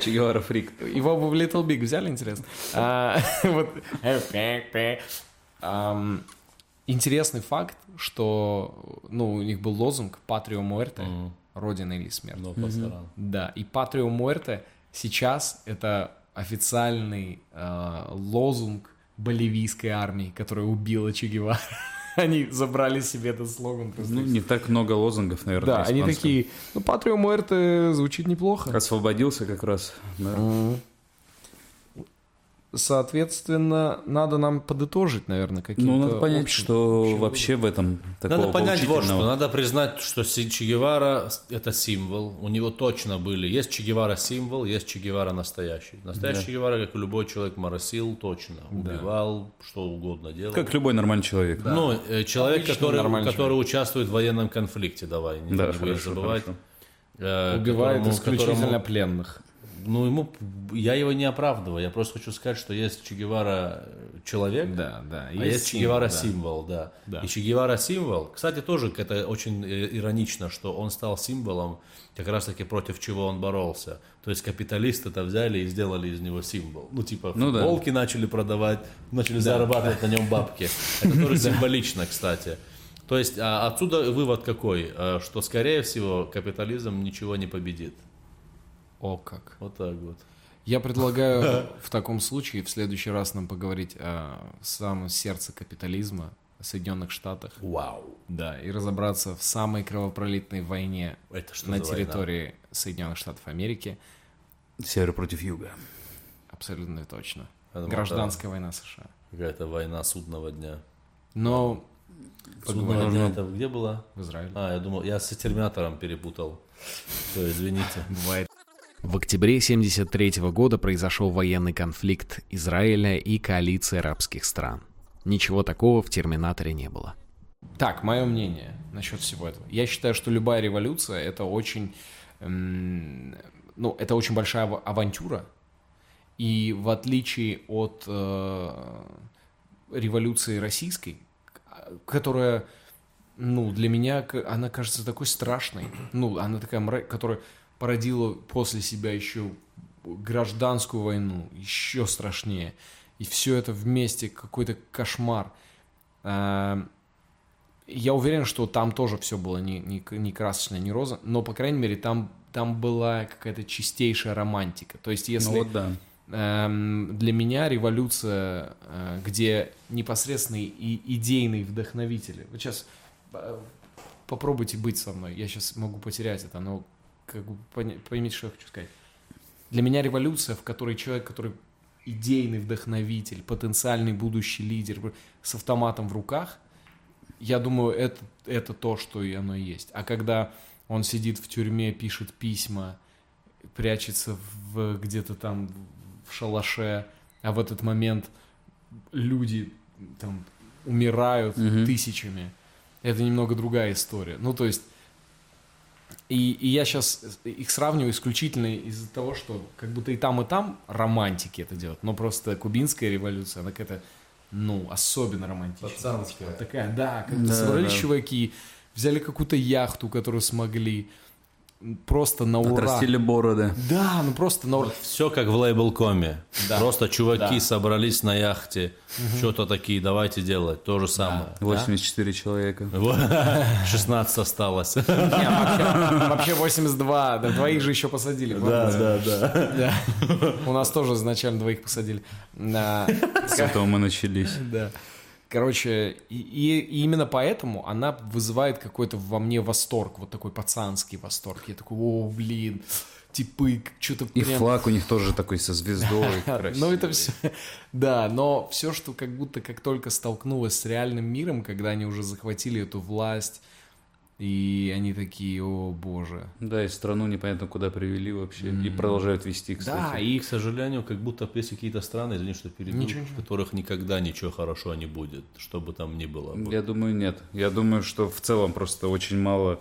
[SPEAKER 1] [laughs]
[SPEAKER 3] Че Гевара фрик.
[SPEAKER 1] Его бы в Little Big взяли, интересно. А, [laughs] вот. Ам, Интересный факт, что ну, у них был лозунг «Патрио Муэрте» — «Родина или смерть».
[SPEAKER 2] Ну, пасторан.
[SPEAKER 1] Да, и Патрио Муэрте сейчас это а, официальный э, лозунг боливийской армии, которая убила Че Гевара. [laughs] Они забрали себе этот слоган. просто.
[SPEAKER 3] Ну, не так много лозунгов, наверное,
[SPEAKER 1] Да, они
[SPEAKER 3] испанского.
[SPEAKER 1] такие, ну, Патрио Муэрте звучит неплохо.
[SPEAKER 3] Освободился как раз. да.
[SPEAKER 1] Соответственно, надо нам подытожить, наверное, какие-то...
[SPEAKER 3] Ну, надо понять,
[SPEAKER 1] общие-
[SPEAKER 3] что вообще в этом такого
[SPEAKER 2] Надо понять вот что.
[SPEAKER 3] поучительного.
[SPEAKER 2] Надо признать, что Си- Че Гевара – это символ. У него точно были. Есть Че Гевара символ, есть Че Гевара настоящий. Настоящий Че Гевара, как и любой человек, моросил точно. Убивал, что угодно делал.
[SPEAKER 3] Как любой нормальный человек.
[SPEAKER 2] Ну, э, человек, который,
[SPEAKER 1] нормальный
[SPEAKER 2] который участвует в военном конфликте, давай, не,
[SPEAKER 3] Да,
[SPEAKER 2] не будем
[SPEAKER 3] хорошо,
[SPEAKER 2] забывать.
[SPEAKER 3] хорошо.
[SPEAKER 2] Э,
[SPEAKER 1] Убивает
[SPEAKER 2] которому-
[SPEAKER 1] исключительно
[SPEAKER 2] которому-
[SPEAKER 1] пленных.
[SPEAKER 2] ну, ему, я его не оправдываю. Я просто хочу сказать, что есть Че Гевара э, человек,
[SPEAKER 1] Да, да.
[SPEAKER 2] а есть Че Гевара символ, да. И Че Гевара символ, кстати, тоже это очень э, иронично, что он стал символом как раз-таки против чего он боролся. То есть капиталисты это взяли и сделали из него символ. Ну, типа,
[SPEAKER 3] Ну да.
[SPEAKER 2] футболки начали продавать, начали зарабатывать на нем бабки. Это тоже символично, кстати. То есть а, отсюда вывод какой? А, Что, скорее всего, капитализм ничего не победит.
[SPEAKER 1] О, как.
[SPEAKER 2] Вот так вот.
[SPEAKER 1] Я [laughs] предлагаю в таком случае в следующий раз нам поговорить о самом сердце капитализма о Соединенных Штатах.
[SPEAKER 2] Вау.
[SPEAKER 1] Да, и разобраться в самой кровопролитной войне
[SPEAKER 2] Это что
[SPEAKER 1] на
[SPEAKER 2] за война?
[SPEAKER 1] территории Соединенных Штатов Америки.
[SPEAKER 3] Север против юга.
[SPEAKER 1] Абсолютно точно.
[SPEAKER 2] Я думал,
[SPEAKER 1] Гражданская война США.
[SPEAKER 2] Какая-то война судного дня.
[SPEAKER 1] Но
[SPEAKER 2] Судного дня это где была?
[SPEAKER 1] в Израиле.
[SPEAKER 2] А, я думал, я с терминатором перепутал. Все, извините.
[SPEAKER 1] Бывает.
[SPEAKER 4] В октябре 1973 года произошел военный конфликт Израиля и коалиции арабских стран. Ничего такого в «Терминаторе» не было.
[SPEAKER 1] Так, мое мнение насчет всего этого. Я считаю, что любая революция это очень, эм, ну, это очень большая ава- авантюра. И в отличие от э, революции российской, к- которая, ну, для меня, к- она кажется такой страшной. Ну, она такая, мра- которая породила после себя еще гражданскую войну, еще страшнее. И все это вместе, какой-то кошмар. А, я уверен, что там тоже все было не, не, к- не красочно, не роза, но, по крайней мере, там, там была какая-то чистейшая романтика. То есть, если
[SPEAKER 3] Ну вот да.
[SPEAKER 1] Эм, для меня революция, э, где непосредственный и идейный вдохновитель. Вот сейчас э, попробуйте быть со мной, я сейчас могу потерять это, но как бы поня- поймите, что я хочу сказать. Для меня революция, в которой человек, который идейный вдохновитель, потенциальный будущий лидер вы- с автоматом в руках, я думаю, это, это то, что и оно есть. А когда он сидит в тюрьме, пишет письма, прячется в, где-то там в шалаше, а в этот момент люди там умирают
[SPEAKER 3] Мгм.
[SPEAKER 1] тысячами. Это немного другая история. Ну, то есть, и, и я сейчас их сравниваю исключительно из-за того, что как будто и там, и там романтики это делают, но просто кубинская революция, она какая-то, ну, особенно романтичная.
[SPEAKER 6] Пацанская.
[SPEAKER 1] Вот Такая, да, как
[SPEAKER 3] Да,
[SPEAKER 1] собрались
[SPEAKER 3] да.
[SPEAKER 1] чуваки, взяли какую-то яхту, которую смогли, м, просто на ура.
[SPEAKER 3] Отрастили бороды.
[SPEAKER 1] Да, ну просто на ура.
[SPEAKER 2] Все как в лейбл-коме.
[SPEAKER 1] Да.
[SPEAKER 2] Просто чуваки
[SPEAKER 1] Да.
[SPEAKER 2] собрались на яхте. Что-то такие, давайте делать. То же самое.
[SPEAKER 3] 84 [laughs] человека.
[SPEAKER 2] Вот. [laughs] 16 осталось.
[SPEAKER 1] Не, вообще, вообще 82, да, двоих же еще посадили. главное.
[SPEAKER 2] да.
[SPEAKER 1] У нас тоже изначально двоих посадили. Да.
[SPEAKER 3] С этого мы начались.
[SPEAKER 1] Да. Короче, и, и- и именно поэтому она вызывает какой-то во мне восторг, вот такой пацанский восторг. Я такой, о, блин, типы, что-то
[SPEAKER 3] И
[SPEAKER 1] прям...
[SPEAKER 3] флаг у них тоже такой со [laughs] звездой.
[SPEAKER 1] [laughs] Ну,
[SPEAKER 3] красивый.
[SPEAKER 1] это все. Да, но все, что как будто как только столкнулось с реальным миром, когда они уже захватили эту власть, и они такие, о, боже.
[SPEAKER 3] Да, и страну непонятно куда привели вообще. И продолжают вести,
[SPEAKER 1] Да,
[SPEAKER 3] кстати.
[SPEAKER 1] и
[SPEAKER 2] А, И, к сожалению, как будто есть какие-то страны, извини, что перебил, в которых никогда ничего хорошо не будет, что бы там ни было.
[SPEAKER 3] Я думаю, нет. Я думаю, что в целом просто очень мало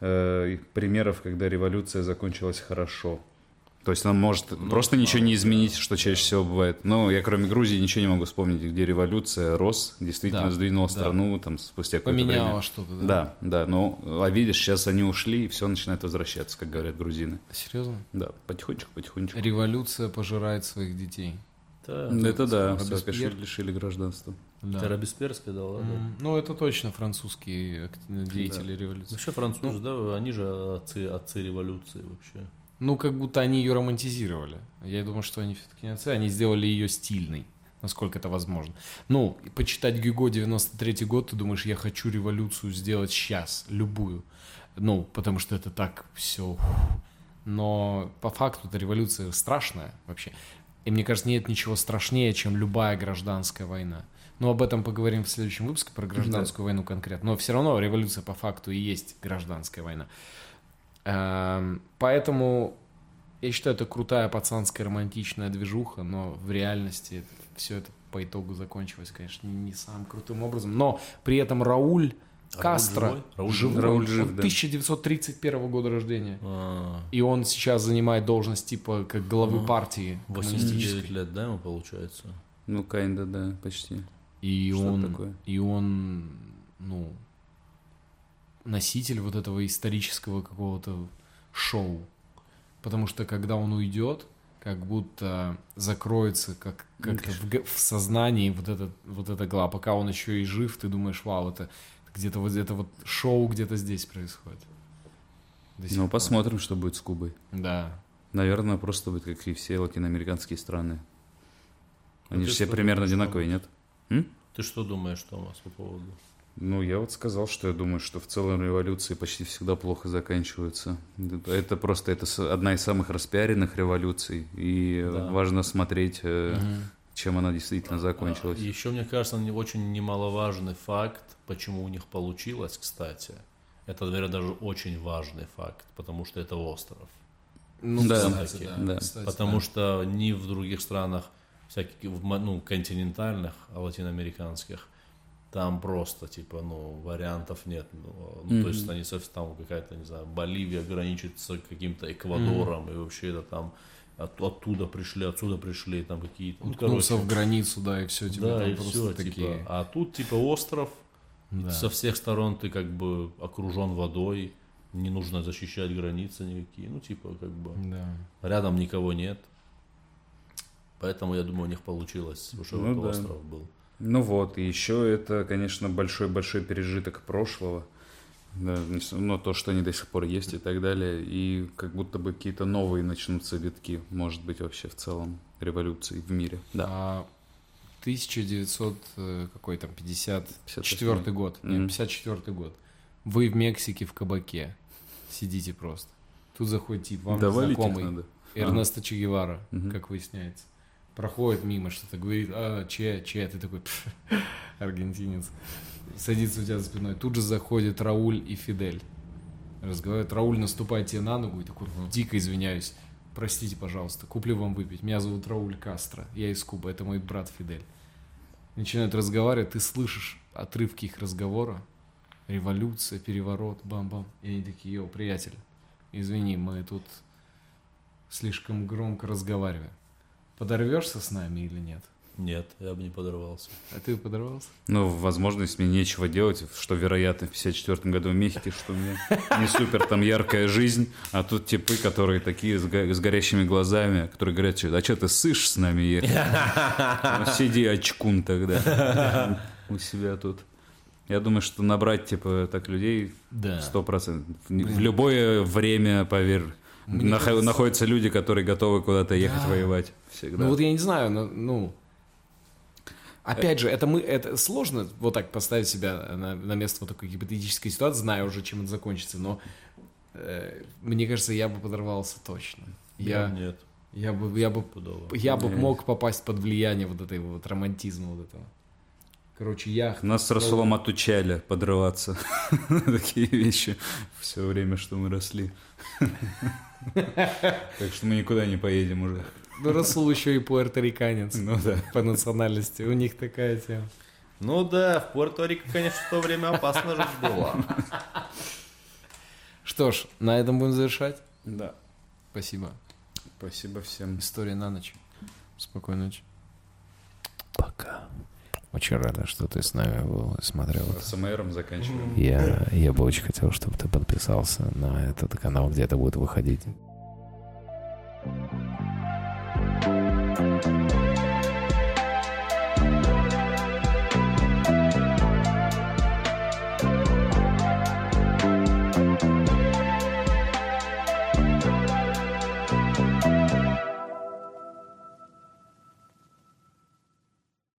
[SPEAKER 3] э, примеров, когда революция закончилась хорошо. То есть она может
[SPEAKER 1] Ну,
[SPEAKER 3] просто ничего не изменить, что чаще всего бывает. Но я кроме Грузии ничего не могу вспомнить, где революция, рос, действительно сдвинула страну там спустя какое-то
[SPEAKER 1] поменяло
[SPEAKER 3] время.
[SPEAKER 1] что-то, да?
[SPEAKER 3] Да, да. Но а видишь, сейчас они ушли, и все начинает возвращаться, как говорят грузины.
[SPEAKER 1] Серьезно?
[SPEAKER 3] Да, потихонечку, потихонечку. Ну,
[SPEAKER 1] Революция пожирает своих детей.
[SPEAKER 2] Да.
[SPEAKER 3] Это да, всё,
[SPEAKER 1] Робеспьер.
[SPEAKER 3] конечно, лишили гражданства.
[SPEAKER 2] Это Робеспьер сказал, да?
[SPEAKER 1] М, Ну, это точно французские акт- деятели революции.
[SPEAKER 2] Вообще французы, да, они же отцы, отцы революции вообще.
[SPEAKER 1] Ну, как будто они ее романтизировали. Я думаю, что они все-таки не отцы, они сделали ее стильной. насколько это возможно. Ну, и почитать Гюго 93 год, ты думаешь, я хочу революцию сделать сейчас, любую. Ну, потому что это так все... Но по факту эта революция страшная вообще. И мне кажется, нет ничего страшнее, чем любая гражданская война. Но об этом поговорим в следующем выпуске про гражданскую войну конкретно. Но все равно революция по факту и есть гражданская война. Эм, Поэтому я считаю, это крутая пацанская романтичная движуха, но в реальности все это по итогу закончилось, конечно, не- не самым крутым образом. Но при этом Рауль Кастро
[SPEAKER 2] живой? Рауль
[SPEAKER 1] живой.
[SPEAKER 3] Рауль жив,
[SPEAKER 1] Он
[SPEAKER 3] да.
[SPEAKER 1] 1931 года рождения.
[SPEAKER 2] А,
[SPEAKER 1] И он сейчас занимает должность типа как главы партии
[SPEAKER 2] 89
[SPEAKER 1] коммунистической.
[SPEAKER 2] лет, да, ему получается?
[SPEAKER 3] Ну, kinda, да, почти.
[SPEAKER 1] И
[SPEAKER 3] Что
[SPEAKER 1] он,
[SPEAKER 3] такое?
[SPEAKER 1] и он, ну, носитель вот этого исторического какого-то шоу. Потому что когда он уйдет, как будто закроется как, как-то в, г- в сознании вот, этот, вот эта гла. Пока он еще и жив, ты думаешь, вау, это где-то вот это вот шоу где-то здесь происходит. До сих
[SPEAKER 3] Ну,
[SPEAKER 1] пор.
[SPEAKER 3] посмотрим, что будет с Кубой.
[SPEAKER 1] Да.
[SPEAKER 3] Наверное, просто будет, как и все латиноамериканские страны. Они
[SPEAKER 2] ты
[SPEAKER 3] же все
[SPEAKER 2] что
[SPEAKER 3] примерно
[SPEAKER 2] думаешь,
[SPEAKER 3] одинаковые, нет?
[SPEAKER 2] Ты что думаешь, Томас, по поводу?
[SPEAKER 3] Ну, я вот сказал, что я думаю, что в целом революции почти всегда плохо заканчиваются. Это просто это с- одна из самых распиаренных революций, и э,
[SPEAKER 2] Да.
[SPEAKER 3] важно смотреть, э, чем она действительно закончилась.
[SPEAKER 2] Еще, А, мне кажется, не- очень немаловажный факт, почему у них получилось, кстати. Это, наверное, даже очень важный факт, потому что это остров.
[SPEAKER 1] Ну,
[SPEAKER 3] Да.
[SPEAKER 1] кстати,
[SPEAKER 3] Да.
[SPEAKER 1] кстати,
[SPEAKER 2] потому
[SPEAKER 1] да.
[SPEAKER 2] что ни в других странах, всяких, в ма- ну, континентальных, а латиноамериканских, там просто, типа, ну, вариантов нет. Ну, ну, то есть они совсем там какая-то, не знаю, Боливия граничится каким-то Эквадором, и вообще это там от- оттуда пришли, отсюда пришли, там какие-то... ну,
[SPEAKER 1] Уткнуться
[SPEAKER 2] короче,
[SPEAKER 1] в границу, да, и все, тебе
[SPEAKER 2] да,
[SPEAKER 1] там
[SPEAKER 2] и
[SPEAKER 1] просто
[SPEAKER 2] все,
[SPEAKER 1] такие...
[SPEAKER 2] типа, а тут, типа, остров, и со всех сторон ты как бы окружен водой, не нужно защищать границы никакие, ну, типа, как бы...
[SPEAKER 1] Да.
[SPEAKER 2] Рядом никого нет. Поэтому, я думаю, у них получилось, потому что
[SPEAKER 3] Ну
[SPEAKER 2] это
[SPEAKER 3] да.
[SPEAKER 2] остров был.
[SPEAKER 3] Ну вот, и еще это, конечно, большой-большой пережиток прошлого. Да, ну, то, что они до сих пор есть и так далее. И как будто бы какие-то новые начнутся витки, может быть, вообще в целом революции в мире. Да.
[SPEAKER 1] А 1900 э, какой там 54
[SPEAKER 3] 58.
[SPEAKER 1] год,
[SPEAKER 3] Мгм.
[SPEAKER 1] нет, 54 год. Вы в Мексике в кабаке сидите просто. Тут заходит тип, вам
[SPEAKER 3] Давали
[SPEAKER 1] знакомый
[SPEAKER 3] надо.
[SPEAKER 1] Эрнесто Че Гевара,
[SPEAKER 3] Мгм.
[SPEAKER 1] как выясняется. Проходит мимо, что-то говорит, а, че, че, ты такой, «Пф, аргентинец. Садится у тебя за спиной. Тут же заходит Рауль и Фидель. Разговаривают, Рауль наступает тебе на ногу и такой, дико извиняюсь, простите, пожалуйста, куплю вам выпить. Меня зовут Рауль Кастро, я из Кубы, это мой брат Фидель. Начинают разговаривать, ты слышишь отрывки их разговора, революция, переворот, бам-бам. И они такие, йоу, приятель, извини, мы тут слишком громко разговариваем. Подорвешься с нами или нет?
[SPEAKER 2] Нет, я бы не подорвался.
[SPEAKER 1] А ты подорвался?
[SPEAKER 3] Ну, возможность мне нечего делать, что, вероятно, в 54 году в Мехике, что у меня не супер там яркая жизнь, а тут типы, которые такие с, го- с горящими глазами, которые говорят, «Чё, а что ты сышь с нами ехать? Ну,
[SPEAKER 1] [laughs]
[SPEAKER 3] сиди очкун тогда у себя тут. Я думаю, что набрать, типа, так людей
[SPEAKER 1] Да.
[SPEAKER 3] сто процентов. В любое время, поверь, нах- находятся люди, которые готовы куда-то ехать воевать. Всегда.
[SPEAKER 1] Ну вот я не знаю, но, ну... Опять же, это мы, это сложно вот так поставить себя на, на место вот такой гипотетической ситуации, зная уже, чем это закончится, но э, мне кажется, я бы подорвался точно. Я,
[SPEAKER 2] Нет,
[SPEAKER 1] я бы, я бы,
[SPEAKER 2] подорвал.
[SPEAKER 1] я бы мог попасть под влияние вот этой вот романтизма вот этого. Короче, я...
[SPEAKER 3] Нас с Расулом отучали подрываться. [laughs] Такие вещи все время, что мы росли. [laughs] Так что мы никуда не поедем уже.
[SPEAKER 1] Ну, [laughs] Расул еще и пуэрториканец
[SPEAKER 3] Ну да.
[SPEAKER 1] по национальности, у них такая тема.
[SPEAKER 2] Ну да, в Пуэрто-Рико, конечно, в то время опасно жить было.
[SPEAKER 1] Что ж, на этом будем завершать.
[SPEAKER 3] Да.
[SPEAKER 1] Спасибо.
[SPEAKER 3] Спасибо всем.
[SPEAKER 1] История на ночь. Спокойной ночи. Пока. Очень рада, что ты с нами был и смотрел это.
[SPEAKER 3] С МРом заканчиваем.
[SPEAKER 1] Я, я бы очень хотел, чтобы ты подписался на этот канал, где это будет выходить.